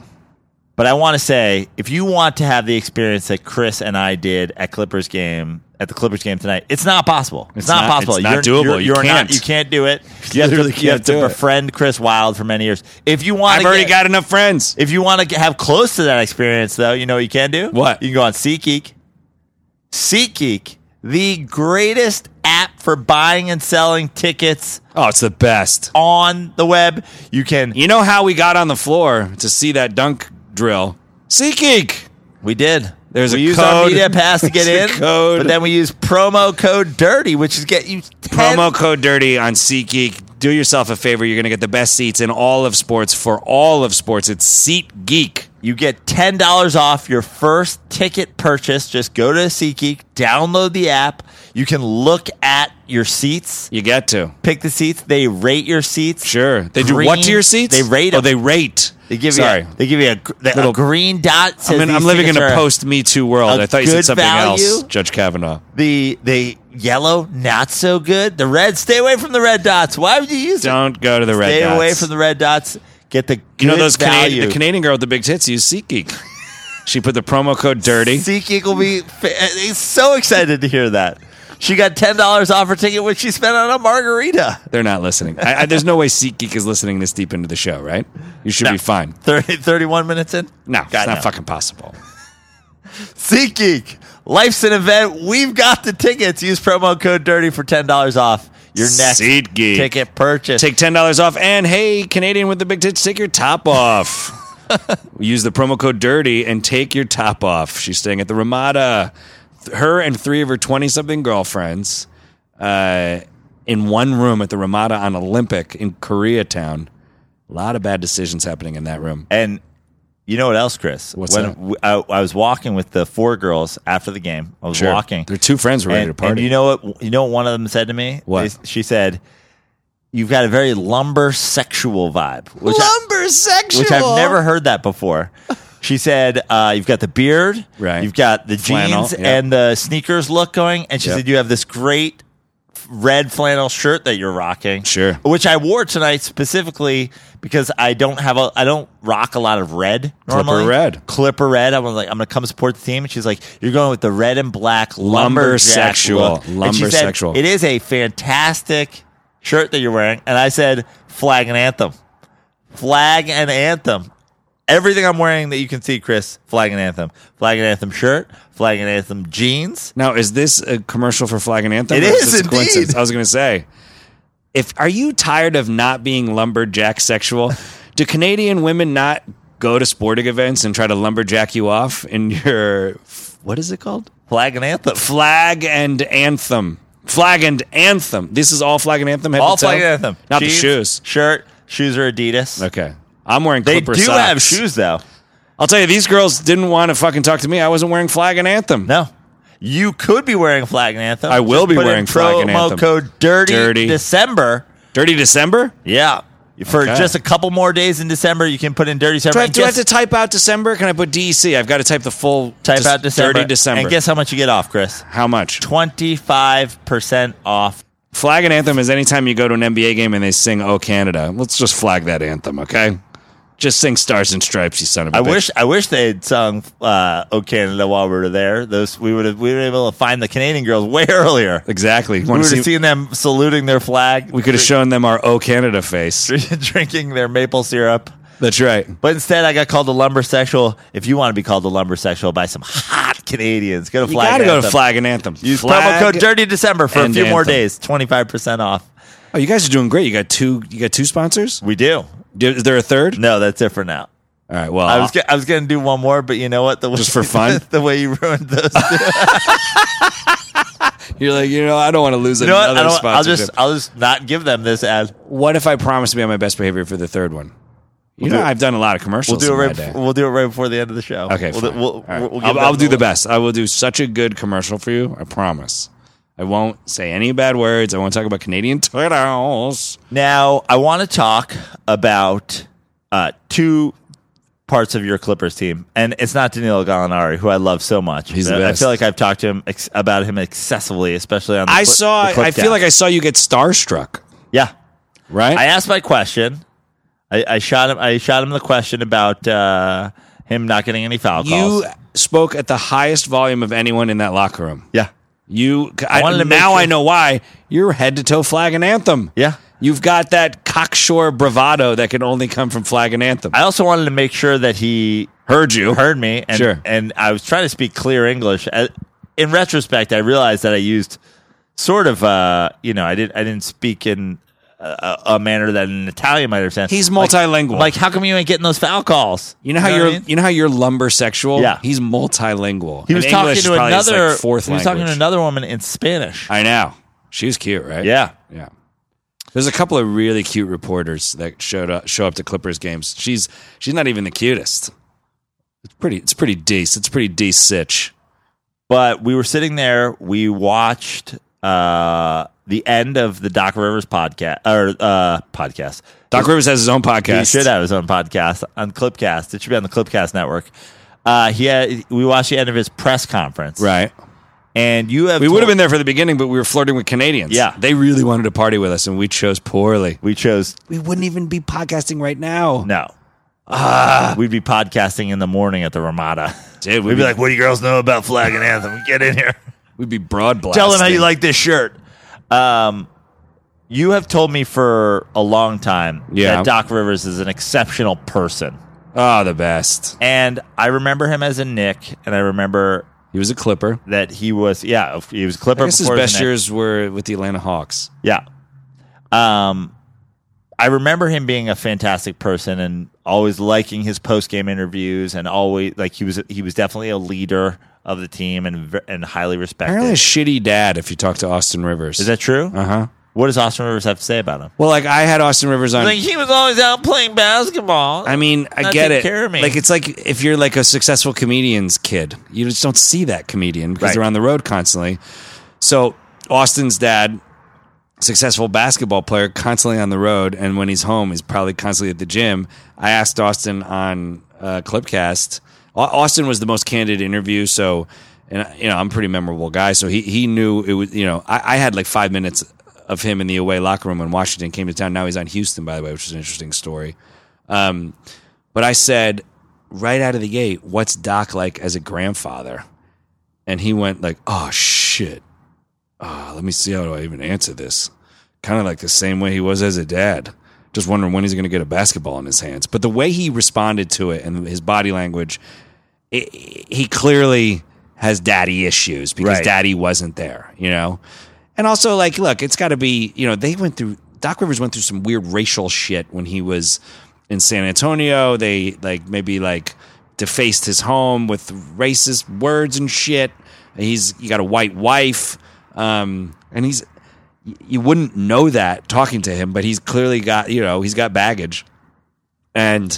But I want to say, if you want to have the experience that Chris and I did at Clippers game at the Clippers game tonight, it's not possible. It's, not, not- possible. it's not doable. You can't. you can't do it. You have literally to, you have can't to do it. befriend Chris Wild for many years. If you want, I've to already get- got enough friends. If you want to have close to that experience, though, you know what you can do? What? You can go on SeatGeek. SeatGeek, the greatest app for buying and selling tickets Oh, it's the best. on the web. You can. You know how we got on the floor to see that dunk drill? SeatGeek. We did. There's we a used our code. media pass to get There's in, a code. but then we use promo code Dirty, which is get you 10 Promo code DIRTY on SeatGeek. Do yourself a favor. You're going to get the best seats in all of sports for all of sports. It's SeatGeek. You get ten dollars off your first ticket purchase. Just go to SeatGeek, download the app. You can look at your seats, You get to. pick the seats. They rate your seats. Sure. They do Green- what to your seats? They rate. Oh, 'em. they rate. They give Sorry. you. A, they give you a, gr- a Little- green dot. I says mean, these I'm living in tickets a are- post Me Too world. a I thought you said good something else, value. Judge Kavanaugh. The the yellow not so good. The red. Stay away from the red dots. Why would you use it? Don't go to the red Stay dots. away from the red dots. Get the You know good those value. Canadian, the Canadian girl with the big tits used SeatGeek. she put the promo code DIRTY. SeatGeek will be fa- is so excited to hear that. She got ten dollars off her ticket, which she spent on a margarita. They're not listening. I, I, there's no way SeatGeek is listening this deep into the show, right? You should be fine. 30, 31 minutes in. No, God, it's not fucking possible. SeatGeek, life's an event. We've got the tickets. Use promo code Dirty for ten dollars off your next SeatGeek. ticket purchase. Take ten dollars off, and hey, Canadian with the big tits, take your top off. Use the promo code DIRTY and take your top off. She's staying at the Ramada. Th- Her and three of her twenty-something girlfriends, uh, in one room at the Ramada on Olympic in Koreatown. A lot of bad decisions happening in that room. And you know what else, Chris? What's when that? w- I, I was walking with the four girls after the game. I was walking. Their two friends were ready to And, party. and you know what? You know what one of them said to me? What? They- she said, "You've got a very lumber sexual vibe," which I- lumber sexual, which I've never heard that before. She said, uh, "You've got the beard, Right. You've got the Flannel, jeans yeah. and the sneakers look going." And she Yep. said, "You have this great red flannel shirt that you're rocking, Sure. which I wore tonight specifically because I don't have a, I don't rock a lot of red Clipper normally. red. Clipper red. I was like, I'm gonna come support the team." And she's like, "You're going with the red and black Lumber lumberjack sexual. look." And she said, Lumbersexual. It is a fantastic shirt that you're wearing, and I said, "Flag and anthem." flag and anthem. Everything I'm wearing that you can see, Chris, flag and anthem. Flag and anthem shirt, flag and anthem jeans. Now, is this a commercial for Flag and Anthem? It or is this a indeed. coincidence? I was going to say, if are you tired of not being lumberjack sexual? Do Canadian women not go to sporting events and try to lumberjack you off in your what is it called? Flag and anthem. Flag and Anthem. Flag and Anthem. This is all Flag and Anthem. head All to toe? flag and anthem. Not Jeans, the shoes. Shirt. Shoes are Adidas. Okay. I'm wearing they Clipper do socks. have shoes though. I'll tell you, these girls didn't want to fucking talk to me. I wasn't wearing Flag and Anthem. No. You could be wearing flag and anthem. I will be Put in wearing flag and anthem. Promo code dirty, Dirty. December. Dirty December? Yeah. For Okay. just a couple more days in December, you can put in dirty December. Do I, and do I have guess- to type out December? Can I put DEC? I've got to type the full type dis- out December? Dirty December. And guess how much you get off, Chris? how much? Twenty five percent off Flag and anthem is anytime you go to an NBA game and they sing "Oh Canada." Let's just flag that anthem, okay? Just sing "Stars and Stripes," you son of a I bitch. wish I wish they had sung uh, "O Canada" while we were there. Those we would have we were able to find the Canadian girls way earlier. exactly. We Wanna would see- have seen them saluting their flag. we could have shown them our "Oh Canada" face. drinking their maple syrup. That's right. But instead, I got called the lumbersexual. If you want to be called the lumbersexual by some hot Canadians, go to You Flag. gotta go to Anthem. flag and anthem. Use Flag- promo code Dirty December for a and few more Anthem. days. Twenty five percent off. Oh, you guys are doing great. You got two. You got two sponsors. We do. Do- Is there a third? No, that's it for now. All right. Well, I was go- I was gonna do one more, but you know what? The way, Just for fun? the way you ruined those. you You're like, you know, I don't want to lose You know what? another I don't, I'll sponsorship. just I'll just not give them this ad. What if I promise to be on my best behavior for the third one? You know, do it- I've done a lot of We'll commercials. do it in my right. day. bef- we'll do it right before the end of the show. Okay, We'll, fine. we'll, All right. we'll- we'll give I'll, them I'll do the one. best. I will do such a good commercial for you. I promise. I won't say any bad words. I won't talk about Canadian turtles. Now I want to talk about uh, two parts of your Clippers team, and it's not Danilo Gallinari, who I love so much. He's the I- I best. feel like I've talked to him ex- about him excessively, especially on. The I Clip- saw. the Clip I feel cast. like I saw you get starstruck. yeah. Right. I asked my question. I, I shot him. I shot him the question about uh, him not getting any foul calls. you spoke at the highest volume of anyone in that locker room. Yeah, You. I wanted to make now sure- I know why. You're head to toe flag and anthem. yeah. You've got that cocksure bravado that can only come from flag and anthem. I also wanted to make sure that he heard you. heard me, and Sure. and I was trying to speak clear English. I- In retrospect, I realized that I used sort of, uh, you know, I didn't I didn't speak in a, a a manner that an Italian might understand. He's Like- multilingual. like, how come you ain't getting those foul calls? You know how what you're I mean? you know how you're lumber sexual? Yeah. He's multilingual. He was And talking English is to probably his, another like, fourth He was talking language. to another woman in Spanish. I know. She was cute, right? yeah. Yeah. There's a couple of really cute reporters that showed up show up to Clippers games. She's she's not even the cutest. It's pretty it's pretty decent. It's pretty decent. but we were sitting there. We watched uh, the end of the Doc Rivers podcast or uh, podcast. Doc Rivers has his own podcast. He should have his own podcast on Clipcast. It should be on the Clipcast network. Uh, he had, we watched the end of his press conference, Right. And you have We told- would have been there for the beginning, but we were flirting with Canadians. Yeah. They really wanted to party with us and we chose poorly. We chose We wouldn't even be podcasting right now. no. we'd be podcasting in the morning at the Ramada. Dude, Ah. we'd, We'd be like, "What do you girls know about flag and anthem? Get in here." we'd be broad blasting. Tell him how you like this shirt. Um, you have told me for a long time Yeah. that Doc Rivers is an exceptional person. Oh, the best. And I remember him as a Nick, and I remember He was a Clipper. that he was, yeah, he was a Clipper I guess his before he was best a Knick. years were with the Atlanta Hawks. Yeah. Um, I remember him being a fantastic person and always liking his post game interviews and always like he was he was definitely a leader of the team and ve- and highly respected. Apparently, a shitty dad. If you talk to Austin Rivers, Is that true? uh huh? What does Austin Rivers have to say about him? Well, like I had Austin Rivers on. Like he was always out playing basketball. I mean, I Not get take it. care of me. Like it's like if you're like a successful comedian's kid, you just don't see that comedian because Right. they're on the road constantly. So Austin's dad, successful basketball player, constantly on the road, and when he's home, he's probably constantly at the gym. I asked Austin on uh, Clipcast. Au- Austin was the most candid interview, so and you know I'm a pretty memorable guy, so he he knew it was. You know, I, I had like five minutes of him in the away locker room when Washington came to town. Now he's on Houston, by the way, which is an interesting story. Um, but I said right out of the gate, "What's Doc like as a grandfather?" And he went like, "Oh shit, Ah, let me see how do I even answer this." Kind of like the same way he was as a dad, just wondering when he's going to get a basketball in his hands. But the way he responded to it and his body language, it, he clearly has daddy issues because Right. daddy wasn't there, you know. And also, like, look, it's got to be, you know, they went through Doc Rivers went through some weird racial shit when he was in San Antonio. They like maybe like defaced his home with racist words and shit. He's he got a white wife, um, and he's y- you wouldn't know that talking to him, but he's clearly got you know he's got baggage. And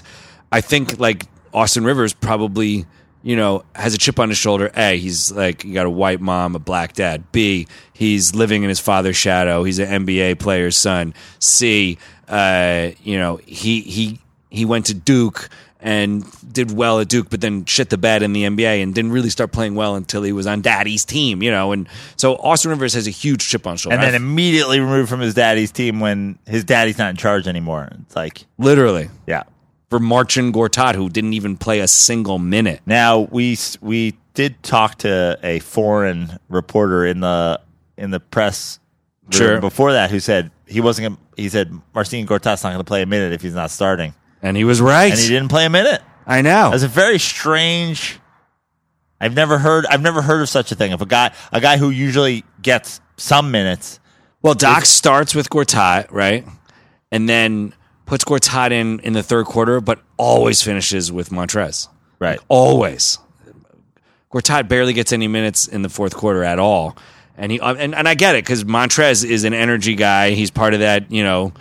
I think like Austin Rivers probably, you know, has a chip on his shoulder. A, he's like, you got a white mom, a black dad. B, he's living in his father's shadow. He's an NBA player's son. C, uh, you know, he he he went to Duke and did well at Duke, but then shit the bed in the NBA and didn't really start playing well until he was on daddy's team, you know. And so Austin Rivers has a huge chip on his shoulder. and then I- immediately removed from his daddy's team when his daddy's not in charge anymore. It's like, literally yeah. for Marcin Gortat, who didn't even play a single minute. Now we s- we did talk to a foreign reporter in the in the press room Sure. before that who said he wasn't. Gonna, he said Marcin Gortat's not going to play a minute if he's not starting, And he was right. and he didn't play a minute. I know. That's a very strange. I've never heard. I've never heard of such a thing. If a guy a guy who usually gets some minutes, Well, Doc starts with Gortat, right? And then puts Gortat in in the third quarter, but always finishes with Montrez. right? Always. Gortat barely gets any minutes in the fourth quarter at all. And he um, and, and I get it because Montrez is an energy guy. He's part of that, you know,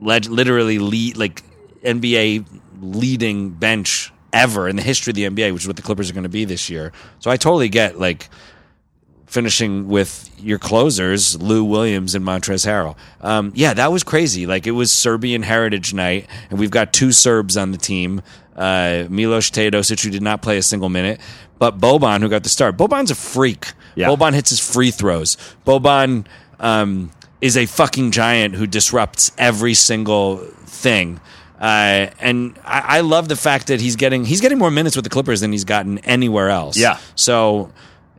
leg, literally lead like NBA leading bench ever in the history of the NBA, which is what the Clippers are going to be this year. So I totally get like finishing with your closers, Lou Williams and Montrez Harrell. Um, yeah, that was crazy. Like it was Serbian Heritage Night, and we've got two Serbs on the team. Uh, Milos Teodosic, who did not play a single minute, but Boban, who got the start. Boban's a freak. Yeah. Boban hits his free throws. Boban um, is a fucking giant who disrupts every single thing. Uh, and I, I love the fact that he's getting he's getting more minutes with the Clippers than he's gotten anywhere else. Yeah. So,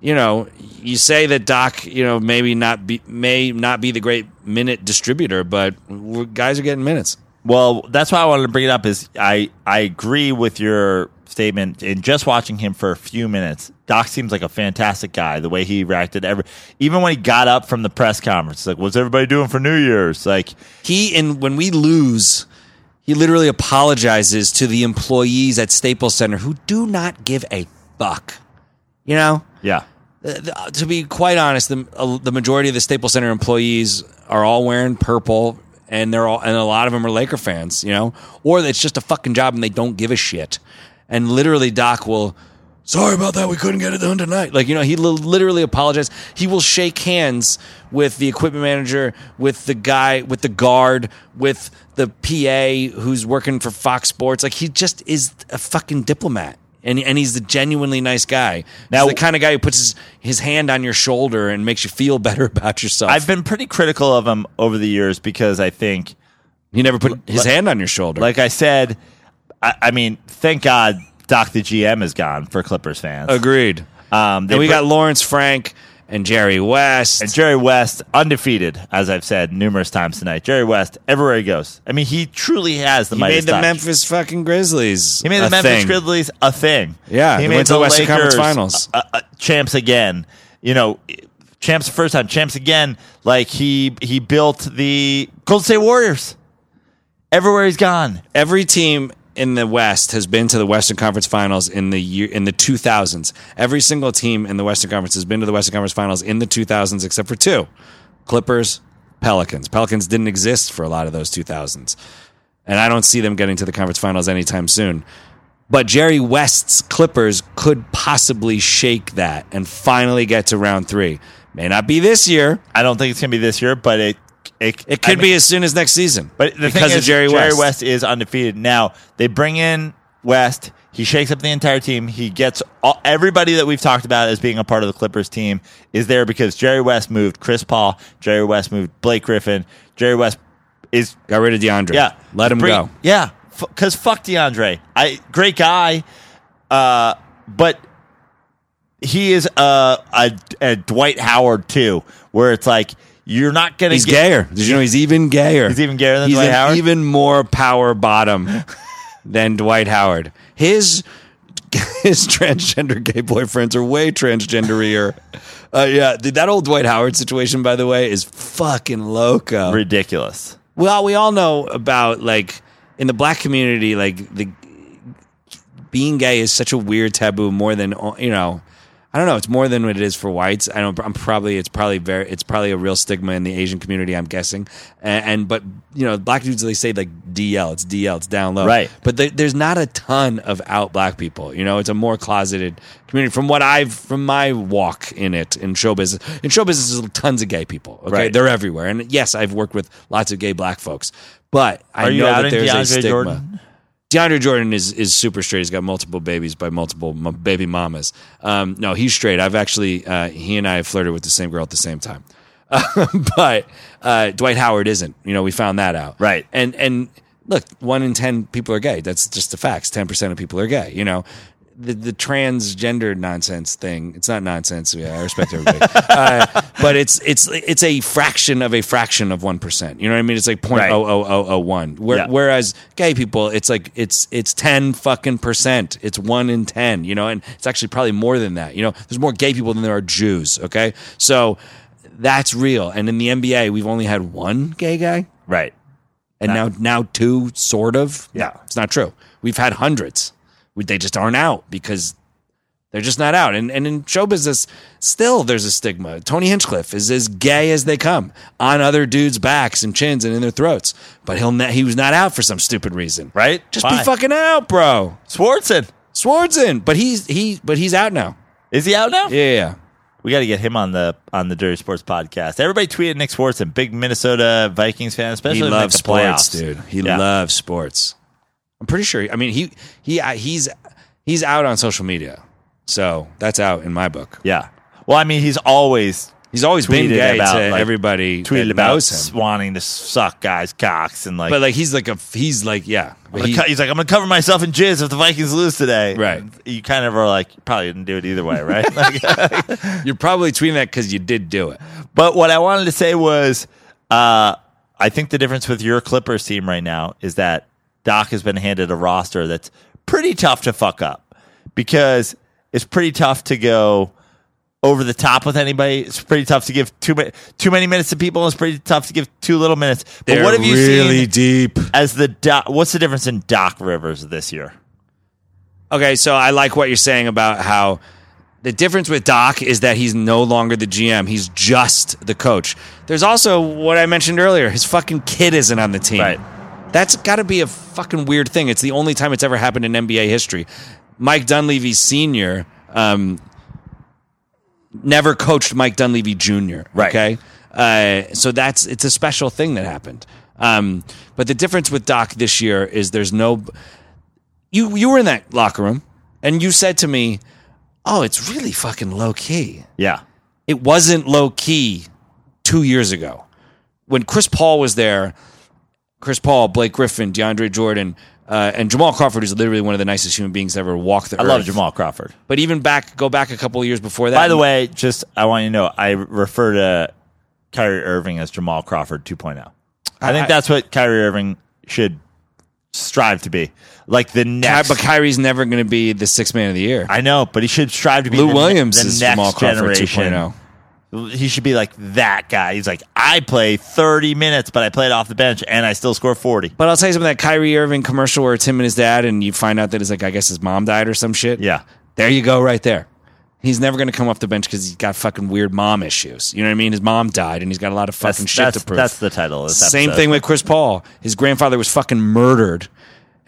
you know, you say that Doc, you know, maybe not be may not be the great minute distributor, but we're, guys are getting minutes. Well, that's why I wanted to bring it up. Is I I agree with your statement. In just watching him for a few minutes, Doc seems like a fantastic guy. The way he reacted, every even when he got up from the press conference, like, "What's everybody doing for New Year's?" Like, He and when we lose, he literally apologizes to the employees at Staples Center who do not give a fuck. You know, yeah, Uh, th- to be quite honest, the, uh, the majority of the Staples Center employees are all wearing purple, and they're all, and a lot of them are Laker fans, you know, or it's just a fucking job and they don't give a shit. And literally, Doc will, sorry about that, we couldn't get it done tonight. Like you know, he li- literally apologized. He will shake hands with the equipment manager, with the guy, with the guard, with the PA who's working for Fox Sports. Like he just is a fucking diplomat. And, and he's a genuinely nice guy. Now- He's the kind of guy who puts his, his hand on your shoulder and makes you feel better about yourself. I've been pretty critical of him over the years because I think he never put his hand on your shoulder. Like I said, I, I mean, thank God Doc the GM is gone for Clippers fans. agreed. Um, they and we br- got Lawrence Frank and Jerry West. and Jerry West undefeated, as I've said numerous times tonight. Jerry West, everywhere he goes. I mean, he truly has the he made Midas the touch. Memphis fucking Grizzlies. He made the a Memphis thing. Grizzlies a thing. Yeah, he they made went to the, the Western Lakers Conference Finals. uh, uh, champs again. You know, champs the first time, champs again. Like he he built the Golden State Warriors. Everywhere he's gone, Every team in the West has been to the Western Conference Finals in the year in the 2000s. Every single team in the Western Conference has been to the Western Conference Finals in the 2000s except for two. Clippers, Pelicans. Pelicans didn't exist for a lot of those 2000s. And I don't see them getting to the conference finals anytime soon. But Jerry West's Clippers could possibly shake that and finally get to round 3. May not be this year. I don't think it's gonna be this year, but it it It I could mean- be as soon as next season. But the because thing is, of Jerry West. is undefeated. Now they bring in West. He shakes up the entire team. He gets all, everybody that we've talked about as being a part of the Clippers team is there because Jerry West moved Chris Paul. Jerry West moved Blake Griffin. Jerry West is Got rid of DeAndre. yeah. Let him Bring- go. Yeah, because fuck DeAndre. I great guy, uh, but he is a, a, a Dwight Howard too, where it's like you're not gonna He's get gayer. Did you know he's even gayer? He's even gayer than he's Dwight an Howard? even more power bottom than Dwight Howard. His his transgender gay boyfriends are way transgenderier. Uh, yeah, dude, that old Dwight Howard situation, by the way, is fucking loco. ridiculous. Well, we all know about like in the black community, like the being gay is such a weird taboo more than you know. I don't know. It's more than what it is for whites. I don't. I'm probably. It's probably very. It's probably a real stigma in the Asian community. I'm guessing. And, and but you know, black dudes they say like DL. It's DL. It's down low. Right. But there, there's not a ton of out black people. You know, it's a more closeted community. From what I've from my walk in it in show business. In show business, there's tons of gay people. Okay, Right. they're everywhere. And yes, I've worked with lots of gay black folks. But I Are you know out that in there's DeAndre a stigma. Jordan? DeAndre Jordan is is super straight. He's got multiple babies by multiple m- baby mamas. Um, no, he's straight. I've actually uh, he and I have flirted with the same girl at the same time, but uh, Dwight Howard isn't. You know, we found that out. Right. And and look, one in ten people are gay. That's just the facts. Ten percent of people are gay. You know. The, the transgender nonsense thing it's not nonsense yeah, i respect everybody uh, but it's it's it's a fraction of a fraction of 1% you know what i mean it's like Right. 0.00001 Where, Yeah. Whereas gay people, it's like it's it's ten fucking percent. It's one in ten, you know, and it's actually probably more than that. You know, there's more gay people than there are Jews. Okay, so that's real. And in the NBA, we've only had one gay guy, Right. and now now two, sort of. Yeah. it's not true. We've had hundreds. We, they just aren't out because They're just not out. And and in show business, still there's a stigma. Tony Hinchcliffe is as gay as they come on other dudes' backs and chins and in their throats. But he'll ne- he was not out for some stupid reason. Right? Just Why? be fucking out, bro. Swartzen. Swartzen. But he's he but he's out now. Is he out now? Yeah, yeah, yeah. We got to get him on the on the Dirty Sports podcast. Everybody tweeted Nick Swartzen, big Minnesota Vikings fan, especially he if they loves make the sports, playoffs. dude. He Yeah. loves sports. I'm pretty sure. I mean, he he uh, he's he's out on social media, so that's out in my book. Yeah. Well, I mean, he's always He's always been Tweeted gay about, to like, everybody. tweeted that about knows s- him. wanting to suck guys' cocks and like. but like he's like a he's like yeah. I'm But gonna he- co- he's like, I'm gonna cover myself in jizz if the Vikings lose today. Right. You kind of are like, you probably didn't do it either way, right? Like, you're probably tweeting that because you did do it. But what I wanted to say was, uh, I think the difference with your Clippers team right now is that Doc has been handed a roster that's pretty tough to fuck up because it's pretty tough to go over the top with anybody. It's pretty tough to give too many too many minutes to people. It's pretty tough to give too little minutes. But They're what have you really seen deep. as the Doc? What's the difference in Doc Rivers this year? Okay, so I like what you're saying about how the difference with Doc is that he's no longer the GM. He's just the coach. There's also what I mentioned earlier. His fucking kid isn't on the team. Right. That's got to be a fucking weird thing. It's the only time it's ever happened in NBA history. Mike Dunleavy Sr. Um, never coached Mike Dunleavy Jr. Right. Okay. Uh, so that's it's a special thing that happened. Um, but the difference with Doc this year is there's no you you were in that locker room and you said to me, "Oh, it's really fucking low key." Yeah, It wasn't low key 2 years ago. When Chris Paul was there, Chris Paul, Blake Griffin, DeAndre Jordan, uh, and Jamal Crawford is literally one of the nicest human beings to ever walk the I earth. love Jamal Crawford. But even back go back a couple of years before that. By the way, just I want you to know, I refer to Kyrie Irving as Jamal Crawford 2.0. I think I- that's what Kyrie Irving should strive to be. Like the Ky- next. but Kyrie's never going to be the sixth man of the year. I know, but he should strive to be Lou the, Williams the is next Jamal Crawford oh. generation. 2.0. He should be like that guy. He's like, I play 30 minutes, but I played off the bench and I still score 40. But I'll tell you something that Kyrie Irving commercial where it's him and his dad, and you find out that it's like, I guess his mom died or some shit. Yeah. There you go, right there. He's never going to come off the bench because he's got fucking weird mom issues. You know what I mean? His mom died, and he's got a lot of fucking That's, shit that's, to prove. that's the title. Of this Same episode. thing with Chris Paul. His grandfather was fucking murdered,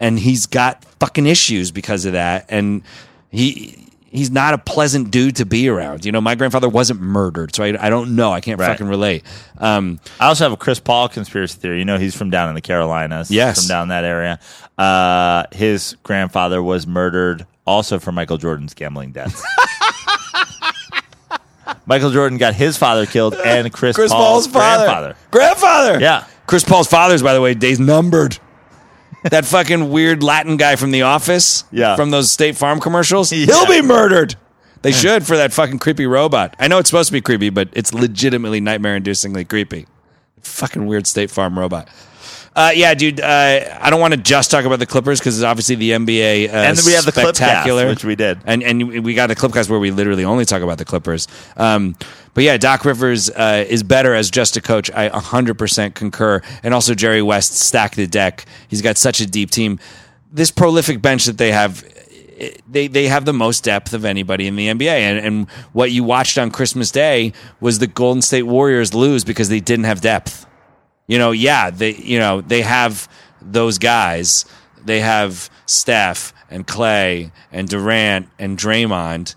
and he's got fucking issues because of that. And he he's not a pleasant dude to be around. You know, my grandfather wasn't murdered, so I, I don't know. I can't Right. fucking relate. Um, I also have a Chris Paul conspiracy theory. You know, he's from down in the Carolinas. Yes. From down that area. Uh, his grandfather was murdered also for Michael Jordan's gambling debts. Michael Jordan got his father killed and Chris, Paul's, grandfather. Grandfather. Yeah. Chris Paul's father's, by the way, days numbered. That fucking weird Latin guy from The Office. Yeah. From those State Farm commercials. Yeah. He'll be murdered. They should for that fucking creepy robot. I know it's supposed to be creepy, but it's legitimately nightmare inducingly creepy. Fucking weird State Farm robot. Uh, yeah, dude. Uh, I don't want to just talk about the Clippers because it's obviously the NBA. Uh, And then we have the Clipcast, spectacular, which we did. and and we got the clip guys where we literally only talk about the Clippers. Um, but yeah, Doc Rivers uh, is better as just a coach. I 100% concur. And also Jerry West stack the deck. He's got such a deep team. This prolific bench that they have. it- They they have the most depth of anybody in the NBA, and and what you watched on Christmas Day was the Golden State Warriors lose because they didn't have depth you know, yeah, they you know they have those guys. They have Steph and Clay and Durant and Draymond,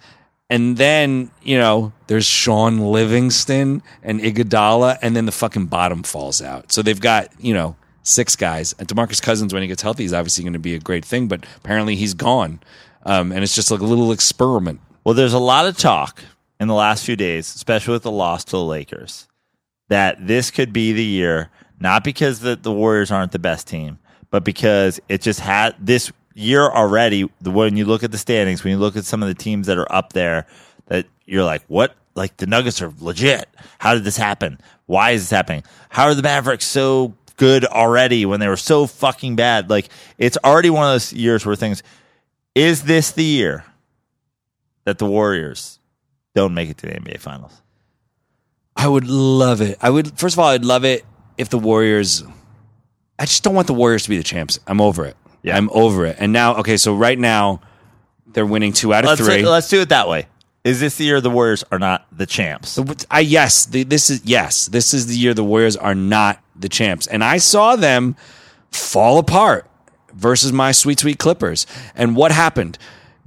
and then you know there's Sean Livingston and Iguodala, and then the fucking bottom falls out. So they've got you know six guys, and Demarcus Cousins when he gets healthy is obviously going to be a great thing, but apparently he's gone, um, and it's just like a little experiment. Well, there's a lot of talk in the last few days, especially with the loss to the Lakers, that this could be the year, not because the, the Warriors aren't the best team, but because it just had this year already. the- When you look at the standings, when you look at some of the teams that are up there, that you're like, what? Like the Nuggets are legit. How did this happen? Why is this happening? How are the Mavericks so good already when they were so fucking bad? Like it's already one of those years where things. Is this the year that the Warriors don't make it to the NBA Finals. I would love it. I would first of all, I'd love it if the Warriors. I just don't want the Warriors to be the champs. I'm over it. Yeah. I'm over it. And now, okay, so right now, They're winning two out of Let's, three. let's do it that way. Is this the year the Warriors are not the champs? I yes, the, this is yes, this is the year the Warriors are not the champs, and I saw them fall apart versus my sweet sweet Clippers. And what happened?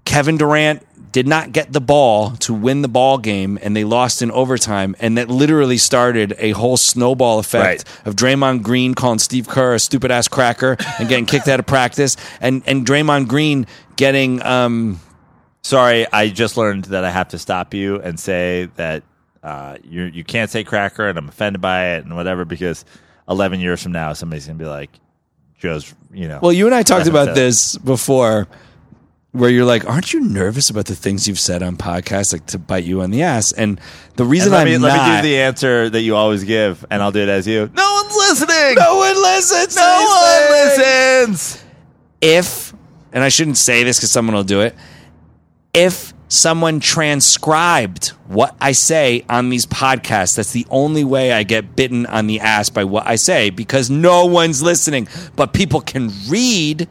Kevin Durant did not get the ball to win the ball game, and they lost in overtime, and that literally started a whole snowball effect Right. of Draymond Green calling Steve Kerr a stupid ass cracker and getting kicked out of practice, and and Draymond Green getting um Sorry, I just learned that I have to stop you and say that uh, you you can't say cracker, and I'm offended by it and whatever because 11 years from now, somebody's gonna be like, Joe's, you know. Well, you and I talked That's about it. this before, where you're like, "Aren't you nervous about the things you've said on podcasts, like to bite you on the ass?" And the And reason let I'm me, not, let me do the answer that you always give, and I'll do it as you. No one's listening. no one listens. to No these one things. listens. If, and I shouldn't say this because someone will do it. If someone transcribed what I say on these podcasts, that's the only way I get bitten on the ass by what I say because no one's listening. But people can read.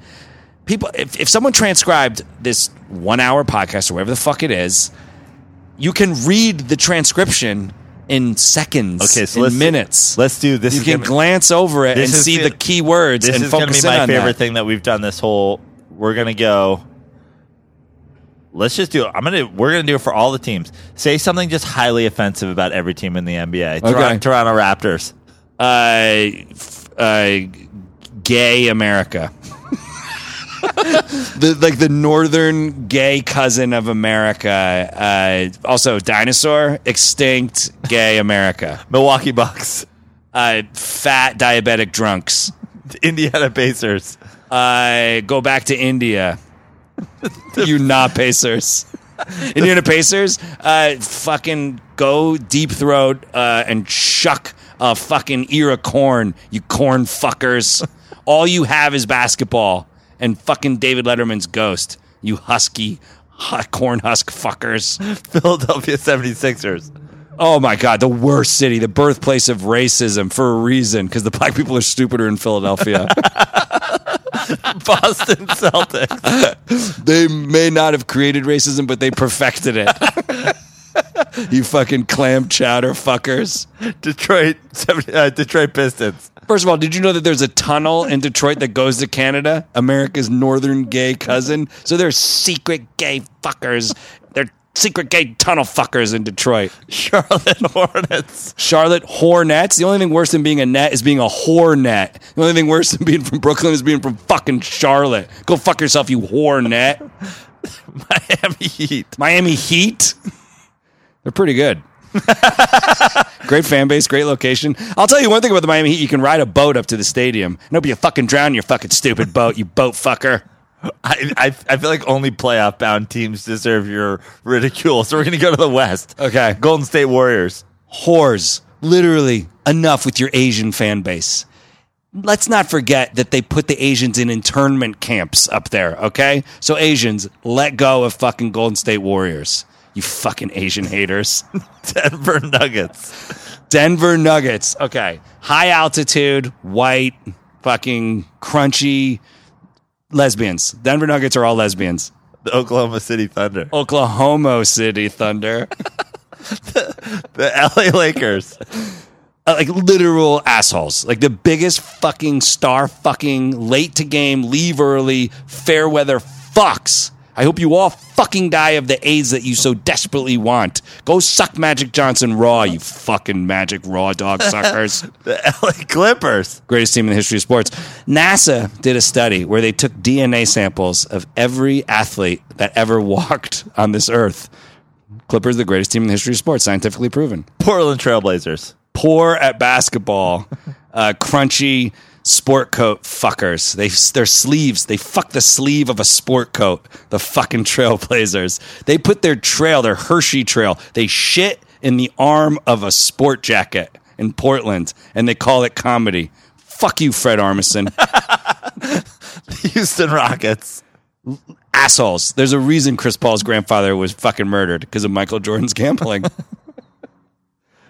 people if, if someone transcribed this one hour podcast or whatever the fuck it is you can read the transcription in seconds Okay, so in let's- minutes Let's do this. you is can gonna- glance over it and This is see gonna- the key words This and is going to focus be in my on favorite that. thing that we've done this whole. We're going to go. Let's just do it. I'm going to, we're going to do it for all the teams. Say something just highly offensive about every team in the NBA. Tor- Okay. Toronto Raptors. uh, f- uh, gay America. the, like the northern gay cousin of America. Uh, also, dinosaur, extinct, gay America. Milwaukee Bucks. Uh, fat, diabetic drunks. Indiana Pacers. Uh, go back to India. you not Pacers. Indiana Pacers, uh, fucking go deep throat uh, and chuck a fucking ear of corn, you corn fuckers. All you have is basketball and fucking David Letterman's ghost, you husky hu- corn husk fuckers. Philadelphia 76ers. Oh my God, the worst city, the birthplace of racism for a reason, because the black people are stupider in Philadelphia. Boston Celtics. they may not have created racism, but they perfected it. you fucking clam chowder fuckers. Detroit 70, uh, Detroit Pistons. First of all, did you know that there's a tunnel in Detroit that goes to Canada, America's northern gay cousin? So they're secret gay fuckers. They're secret gay tunnel fuckers in Detroit. Charlotte Hornets. Charlotte Hornets. The only thing worse than being a net is being a hornet. The only thing worse than being from Brooklyn is being from fucking Charlotte. Go fuck yourself, you hornet. Miami Heat. Miami Heat. They're pretty good. great fan base, great location. I'll tell you one thing about the Miami Heat: you can ride a boat up to the stadium. Nobody will fucking drown in your fucking stupid boat, you boat fucker. I, I, I feel like only playoff bound teams deserve your ridicule. So we're going to go to the West. Okay. Golden State Warriors. Whores, literally. Enough with your Asian fan base. Let's not forget that they put the Asians in internment camps up there. Okay, so Asians, let go of fucking Golden State Warriors. You fucking Asian haters. Denver Nuggets. Denver Nuggets. Okay. High altitude, white, fucking crunchy lesbians. Denver Nuggets are all lesbians. The Oklahoma City Thunder. Oklahoma City Thunder. The LA Lakers. Uh, like literal assholes. Like the biggest fucking star fucking late to game, leave early, fair weather fucks. I hope you all fucking die of the AIDS that you so desperately want. Go suck Magic Johnson raw, you fucking Magic Raw dog suckers. The LA Clippers. greatest team in the history of sports. NASA did a study where they took DNA samples of every athlete that ever walked on this earth. Clippers, the greatest team in the history of sports, scientifically proven. Portland Trailblazers. Poor at basketball, uh, crunchy sport coat fuckers. They their sleeves. They fuck the sleeve of a sport coat. The fucking Trailblazers. They put their trail, their Hershey trail. They shit in the arm of a sport jacket in Portland, and they call it comedy. Fuck you, Fred Armisen. Houston Rockets. assholes. There's a reason Chris Paul's grandfather was fucking murdered because of Michael Jordan's gambling.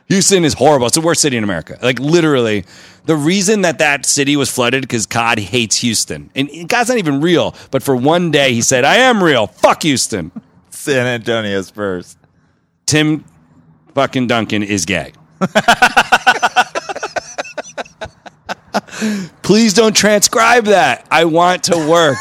Houston is horrible. It's the worst city in America. Like literally, the reason that that city was flooded because God hates Houston, and God's not even real. But for one day, he said, "I am real. Fuck Houston." San Antonio Spurs. Tim fucking Duncan is gay. Please don't transcribe that. I want to work.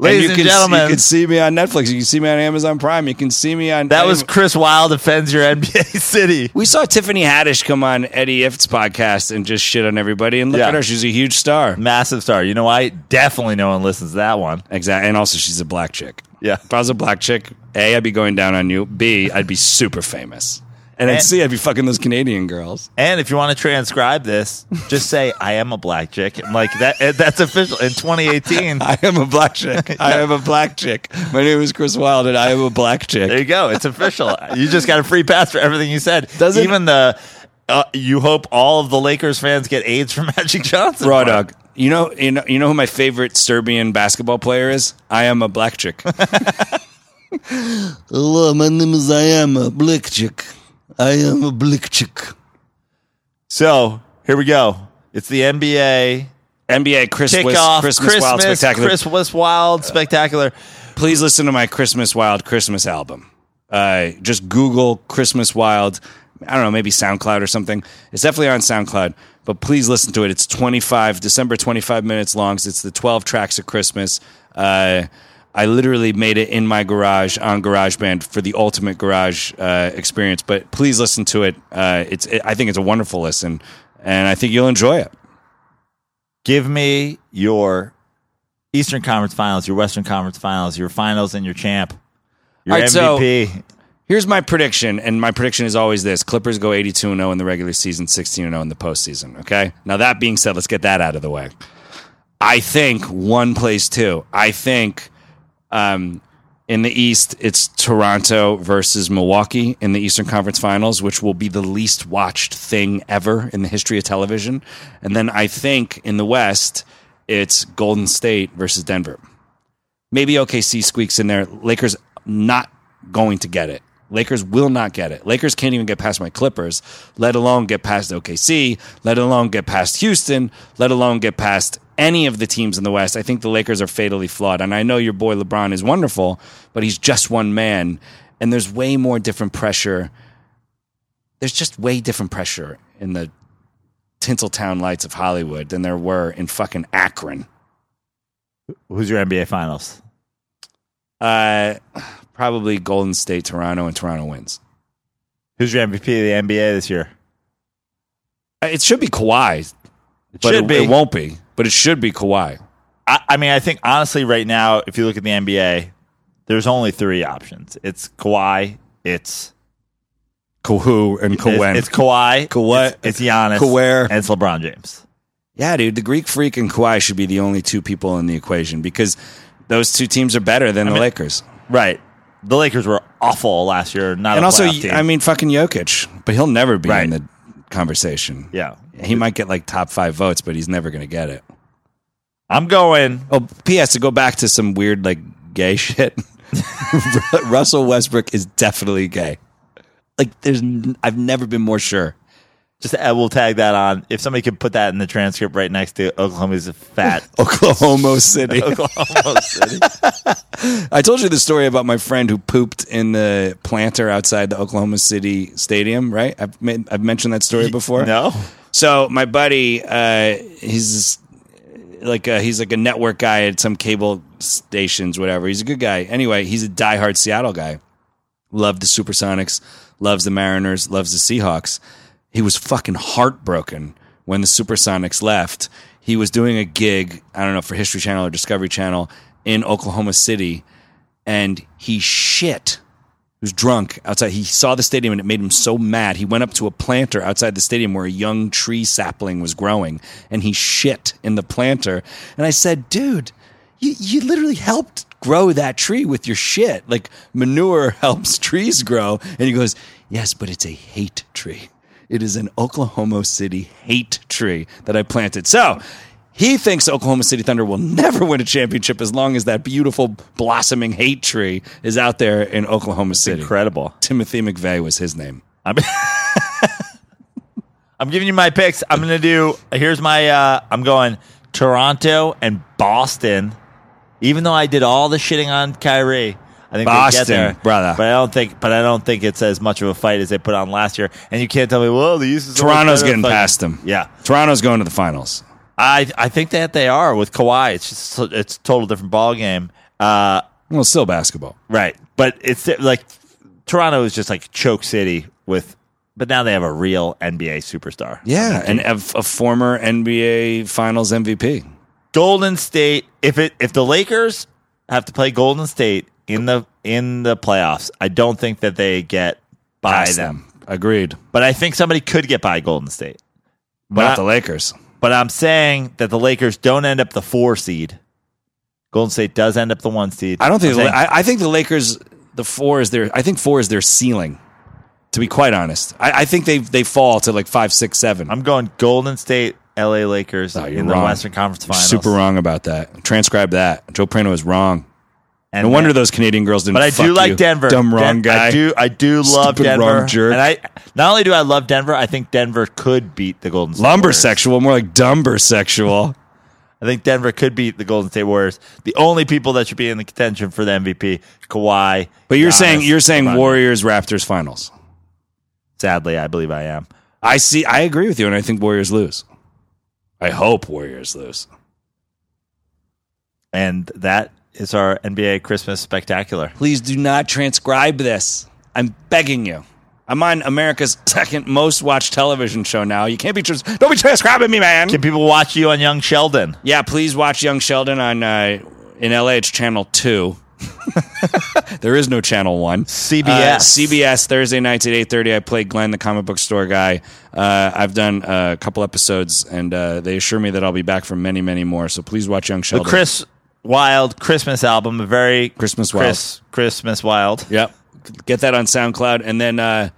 Ladies and, you can, gentlemen, you can see me on Netflix. You can see me on Amazon Prime. You can see me on. that was Chris Wilde defends your NBA city. We saw Tiffany Haddish come on Eddie Ift's podcast and just shit on everybody. And look Yeah. at her; she's a huge star. Massive star. You know why? Definitely no one listens to that one. Exactly. And also, she's a black chick. Yeah. If I was a black chick, A, I'd be going down on you. B, I'd be super famous. And, and And- C, I'd be fucking those Canadian girls. And if you want to transcribe this, just say I am a black chick. And like that eh, that's official in 2018. I am a black chick. I am a black chick. My name is Chris Wilde, and I am a black There you chick. go. It's official. you just got a free pass for everything you said. Doesn't- even the uh, you hope all of the Lakers fans get AIDS from Magic Johnson. Raw Mark. dog. You know, you know, you know who my favorite Serbian basketball player is? I am a black chick. Hello, my name is I am a black chick. I am a black chick. So here we go. It's the NBA NBA Chris Wis- kickoff. Christmas, Wild Spectacular. Christmas Wild Spectacular. Please listen to my Christmas Wild Christmas album. Uh, just Google Christmas Wild. I don't know, maybe SoundCloud or something. It's definitely on SoundCloud, but please listen to it. It's 25, December 25 minutes long. It's the 12 tracks of Christmas. Uh, I literally made it in my garage on GarageBand for the ultimate garage uh, experience, but please listen to it. Uh, it's, it. I think it's a wonderful listen, and I think you'll enjoy it. Give me your Eastern Conference Finals, your Western Conference Finals, your Finals, and your champ. Your All right, so- MVP. Here's my prediction, and my prediction is always this: Clippers go 82 and 0 in the regular season, 16 and 0 in the postseason. Okay. Now that being said, let's get that out of the way. I think one plays two. I think um, in the East, it's Toronto versus Milwaukee in the Eastern Conference Finals, which will be the least watched thing ever in the history of television. And then I think in the West, it's Golden State versus Denver. Maybe OKC squeaks in there. Lakers not going to get it. Lakers will not get it. Lakers can't even get past my Clippers, let alone get past OKC, let alone get past Houston, let alone get past any of the teams in the West. I think the Lakers are fatally flawed. And I know your boy LeBron is wonderful, but he's just one man. And there's way more different pressure. There's just way different pressure in the Tinseltown lights of Hollywood than there were in fucking Akron. Who's your NBA Finals? Uh, probably Golden State, Toronto, and Toronto wins. Who's your MVP of the NBA this year? Uh, It should be Kawhi, but should it, be. it won't be. But it should be Kawhi. I, I mean, I think honestly, right now, if you look at the NBA, there's only three options. It's Kawhi. It's Kahu and Kawen. It's, it's Kawhi. Kawhi- It's, it's Giannis. Kawhi. And it's LeBron James. yeah, dude, the Greek Freak and Kawhi should be the only two people in the equation because those two teams are better than the Lakers. Right. The Lakers were awful last year. Not And a also, playoff team. I mean, fucking Jokic, but he'll never be Right. in the conversation. yeah. He might get like top five votes, but he's never going to get it. I'm going. Oh, P.S. To go back to some weird like gay shit. Russell Westbrook is definitely gay. Like, there's, n- I've never been more sure. Just uh, we'll tag that on. If somebody could put that in the transcript right next to Oklahoma's fat Oklahoma City. Oklahoma City. I told you the story about my friend who pooped in the planter outside the Oklahoma City stadium, right? I've, made, I've mentioned that story before. No. So my buddy, uh, he's like a, he's like a network guy at some cable stations, whatever. He's a good guy. Anyway, he's a diehard Seattle guy. Loved the Supersonics, loves the Mariners, loves the Seahawks. He was fucking heartbroken when the Supersonics left. He was doing a gig, I don't know, for History Channel or Discovery Channel in Oklahoma City, and he shit he was drunk outside. He saw the stadium and it made him so mad. He went up to a planter outside the stadium where a young tree sapling was growing and he shit in the planter. And I said, dude, you, you literally helped grow that tree with your shit. Like manure helps trees grow. And he goes, yes, but it's a hate tree. It is an Oklahoma City hate tree that I planted. So he thinks Oklahoma City Thunder will never win a championship as long as that beautiful blossoming hate tree is out there in Oklahoma City. Incredible. Timothy McVeigh was his name. I mean, I'm giving you my picks. I'm gonna do. Here's my. Uh, I'm going Toronto and Boston. Even though I did all the shitting on Kyrie, I think they Boston, get there, brother. But I don't think. But I don't think it's as much of a fight as they put on last year. And you can't tell me, well, the East is always Toronto's better. getting Fuck. past them. Yeah, Toronto's going to the finals. I I think that they are with Kawhi. It's just so- it's a total different ball game. Uh, Well, it's still basketball. right, but it's like Toronto is just like choke city with. But now they have a real NBA superstar. Yeah, and a, a former NBA Finals MVP. Golden State. If it if the Lakers have to play Golden State in the in the playoffs, I don't think that they get by Past them. Agreed. But I think somebody could get by Golden State. Not I- the Lakers. But I'm saying that the Lakers don't end up the four seed. Golden State does end up the one seed. I don't think. I'm The, saying- I, I think the Lakers. The four is their. I think four is their ceiling. To be quite honest, I, I think they they fall to like five, six, seven. I'm going Golden State, LA Lakers Oh, you're in the wrong. Western Conference You're Finals. super wrong about that. Transcribe that. Joe Prano is wrong. And No wonder that- those Canadian girls didn't. But I fuck do like you. Denver. Dumb Den- wrong guy. I do. I do love Stupid Denver. wrong jerk. And I not only do I love Denver, I think Denver could beat the Golden State. Lumber Warriors. sexual, more like dumber sexual. I think Denver could beat the Golden State Warriors. The only people that should be in the contention for the MVP, Kawhi. But you're Giannis, saying you're saying LeBron. Warriors Raptors finals. Sadly, I believe I am. I see. I agree with you, and I think Warriors lose. I hope Warriors lose. And that is our NBA Christmas spectacular. Please do not transcribe this. I'm begging you. I'm on America's second most watched television show now. You can't be trans- don't be transcribing me, man. Can people watch you on Young Sheldon? Yeah, please watch Young Sheldon on uh, in LA. It's Channel Two. there is no Channel One. CBS. Uh, CBS Thursday nights at eight thirty. I play Glenn, the comic book store guy. Uh, I've done uh, a couple episodes, and uh, they assure me that I'll be back for many, many more. So please watch Young The Sheldon. Chris Wild Christmas album, a very Christmas Chris, Christmas Wild. Yep. Get that on SoundCloud. And then uh,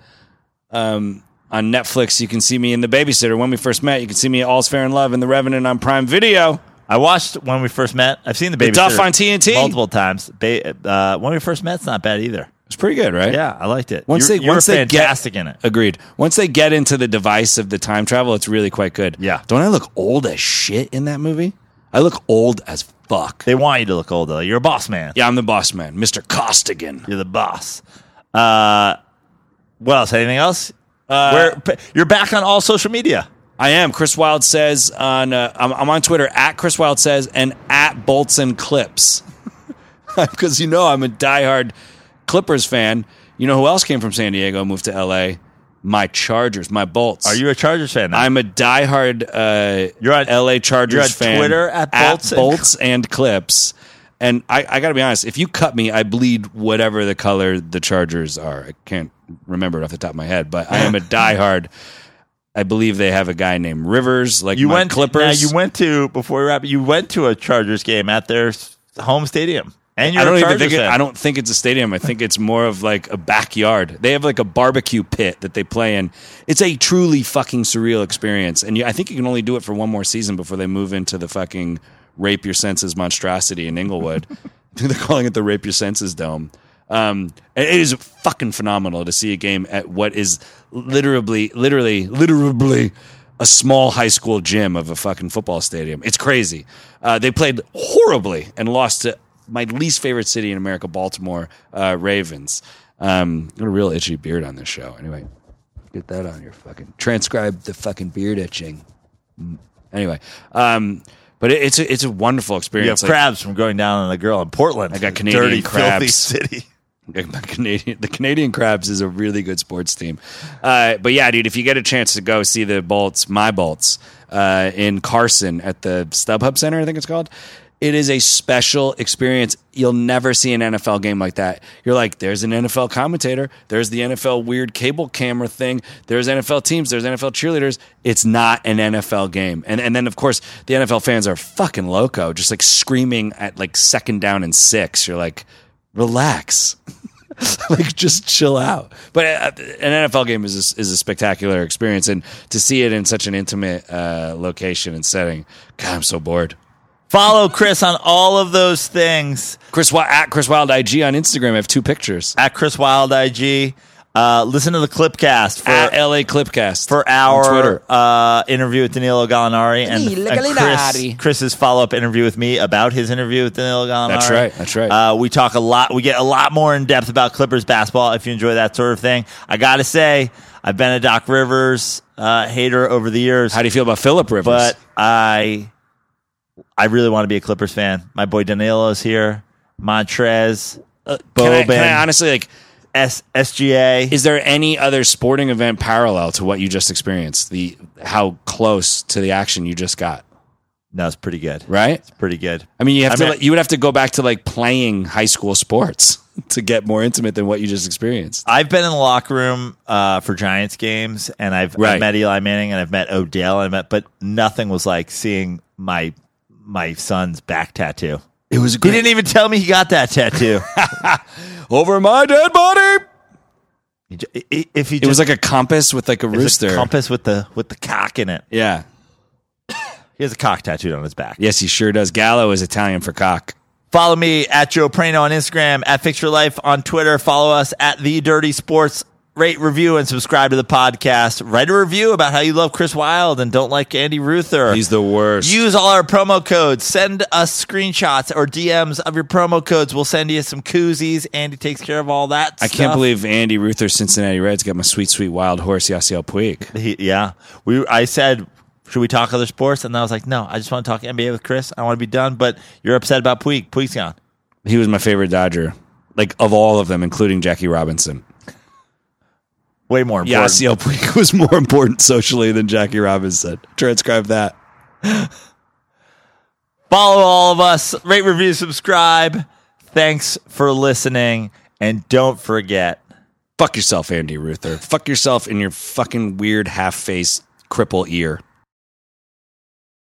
um, on Netflix, you can see me in The Babysitter. When we first met, you can see me at All's Fair in Love and The Revenant on Prime Video. I watched when we first met. I've seen the baby Duff on TNT. multiple times. Ba- uh, when we first met's not bad either. It's pretty good, right? Yeah, I liked it. Once You're- they you're once they fantastic get, in it. Agreed. Once they get into the device of the time travel, it's really quite good. Yeah. Don't I look old as shit in that movie? I look old as fuck. They want you to look old though. You're a boss man. yeah, I'm the boss man, Mr. Costigan. You're the boss. Uh, what else? Anything else? Uh, Where p- you're back on all social media. I am. Chris Wild says on uh, I'm, I'm on Twitter at Chris Wild says and at Bolts and Clips because you know I'm a diehard Clippers fan. You know who else came from San Diego, moved to L.A. My Chargers, my Bolts. Are you a Chargers fan? Now? I'm a diehard uh, You're on- L.A. Chargers you're on fan. Twitter at Bolts and- Bolts and Clips. And I, I got to be honest, if you cut me, I bleed whatever the color the Chargers are. I can't remember it off the top of my head, but I am a diehard. I believe they have a guy named Rivers, like you my went Now Clippers. you went to before we wrap. You went to a Chargers game at their s- home stadium, and you're I don't a even Chargers think it, fan. I don't think it's a stadium. I think it's more of like a backyard. They have like a barbecue pit that they play in. It's a truly fucking surreal experience, and you, I think you can only do it for one more season before they move into the fucking rape your senses monstrosity in Inglewood. I think they're calling it the rape your senses dome. Um, and it is fucking phenomenal to see a game at what is literally, literally, literally a small high school gym of a fucking football stadium. It's crazy. Uh, they played horribly and lost to my least favorite city in America, Baltimore uh, Ravens. Um, got a real itchy beard on this show. Anyway, get that on your fucking transcribe the fucking beard itching. Mm. Anyway, um, but it, it's a, it's a wonderful You have experience. Like- crabs from going down on a girl in Portland. I got Canadian Dirty, filthy crabs. city. The Canadian, the Canadian Crabs is a really good sports team. Uh, but yeah, dude, if you get a chance to go see the Bolts, my Bolts, uh, in Carson at the StubHub Center, I think it's called. It is a special experience. You'll never see an NFL game like that. You're like, there's an NFL commentator, there's the NFL weird cable camera thing, there's NFL teams, there's NFL cheerleaders. It's not an NFL game. And and then of course the NFL fans are fucking loco, just like screaming at like second down and six. You're like, relax like just chill out. But uh, an NFL game is a, is a spectacular experience, and to see it in such an intimate uh, location and setting, God, I'm so bored. Follow Chris on all of those things Chris Wi- at Chris Wild IG on Instagram. I have two pictures. at Chris Wild IG. Uh, listen to the Clipcast for at LA Clipcast for on our Twitter. uh, interview with Danilo Gallinari and, Danilo and Chris, Gallinari. Chris's follow up interview with me about his interview with Danilo Gallinari. That's right, that's right. Uh, we talk a lot. We get a lot more in depth about Clippers basketball if you enjoy that sort of thing. I gotta say, I've been a Doc Rivers uh, hater over the years, How do you feel about Philip Rivers? but I I really want to be a Clippers fan. My boy Danilo's here. Montrez, Uh, can, I, can I Boban. honestly like? S- SGA. Is there any other sporting event parallel to what you just experienced? The how close to the action you just got, no, it's pretty good. right? Pretty good. I mean, you have I to. mean- like, you would have to go back to like playing high school sports to get more intimate than what you just experienced. I've been in the locker room uh, for Giants games, and I've, I've Right. met Eli Manning, and I've met Odell, and I met, but nothing was like seeing my my son's back tattoo. It was He great. didn't even tell me he got that tattoo. Over my dead body. He ju- i- i- if he It was just like a compass with like a it's rooster. a compass with the with the cock in it. yeah. He has a cock tattooed on his back. Yes, he sure does. Gallo is Italian for cock. Follow me at Joe Prano on Instagram, at Fixture Life on Twitter. Follow us at The Dirty Sports. Rate, review, and subscribe to the podcast. Write a review about how you love Chris Wilde and don't like Andy Ruther. He's the worst. Use all our promo codes. Send us screenshots or DMs of your promo codes. We'll send you some koozies. Andy takes care of all that. I can't believe Andy Ruther, Cincinnati Reds, got my sweet, sweet wild horse Yasiel Puig. He, yeah, we. I said, should we talk other sports? And I was like, no, I just want to talk NBA with Chris. I want to be done. But you're upset about Puig. Puig's gone. He was my favorite Dodger, like of all of them, including Jackie Robinson. Way more important. Yasiel Puig was more important socially than Jackie Robinson. Transcribe that. Follow all of us. Rate, review, subscribe. Thanks for listening, and don't forget. Fuck yourself, Andy Ruther. Fuck yourself in your fucking weird half face cripple ear.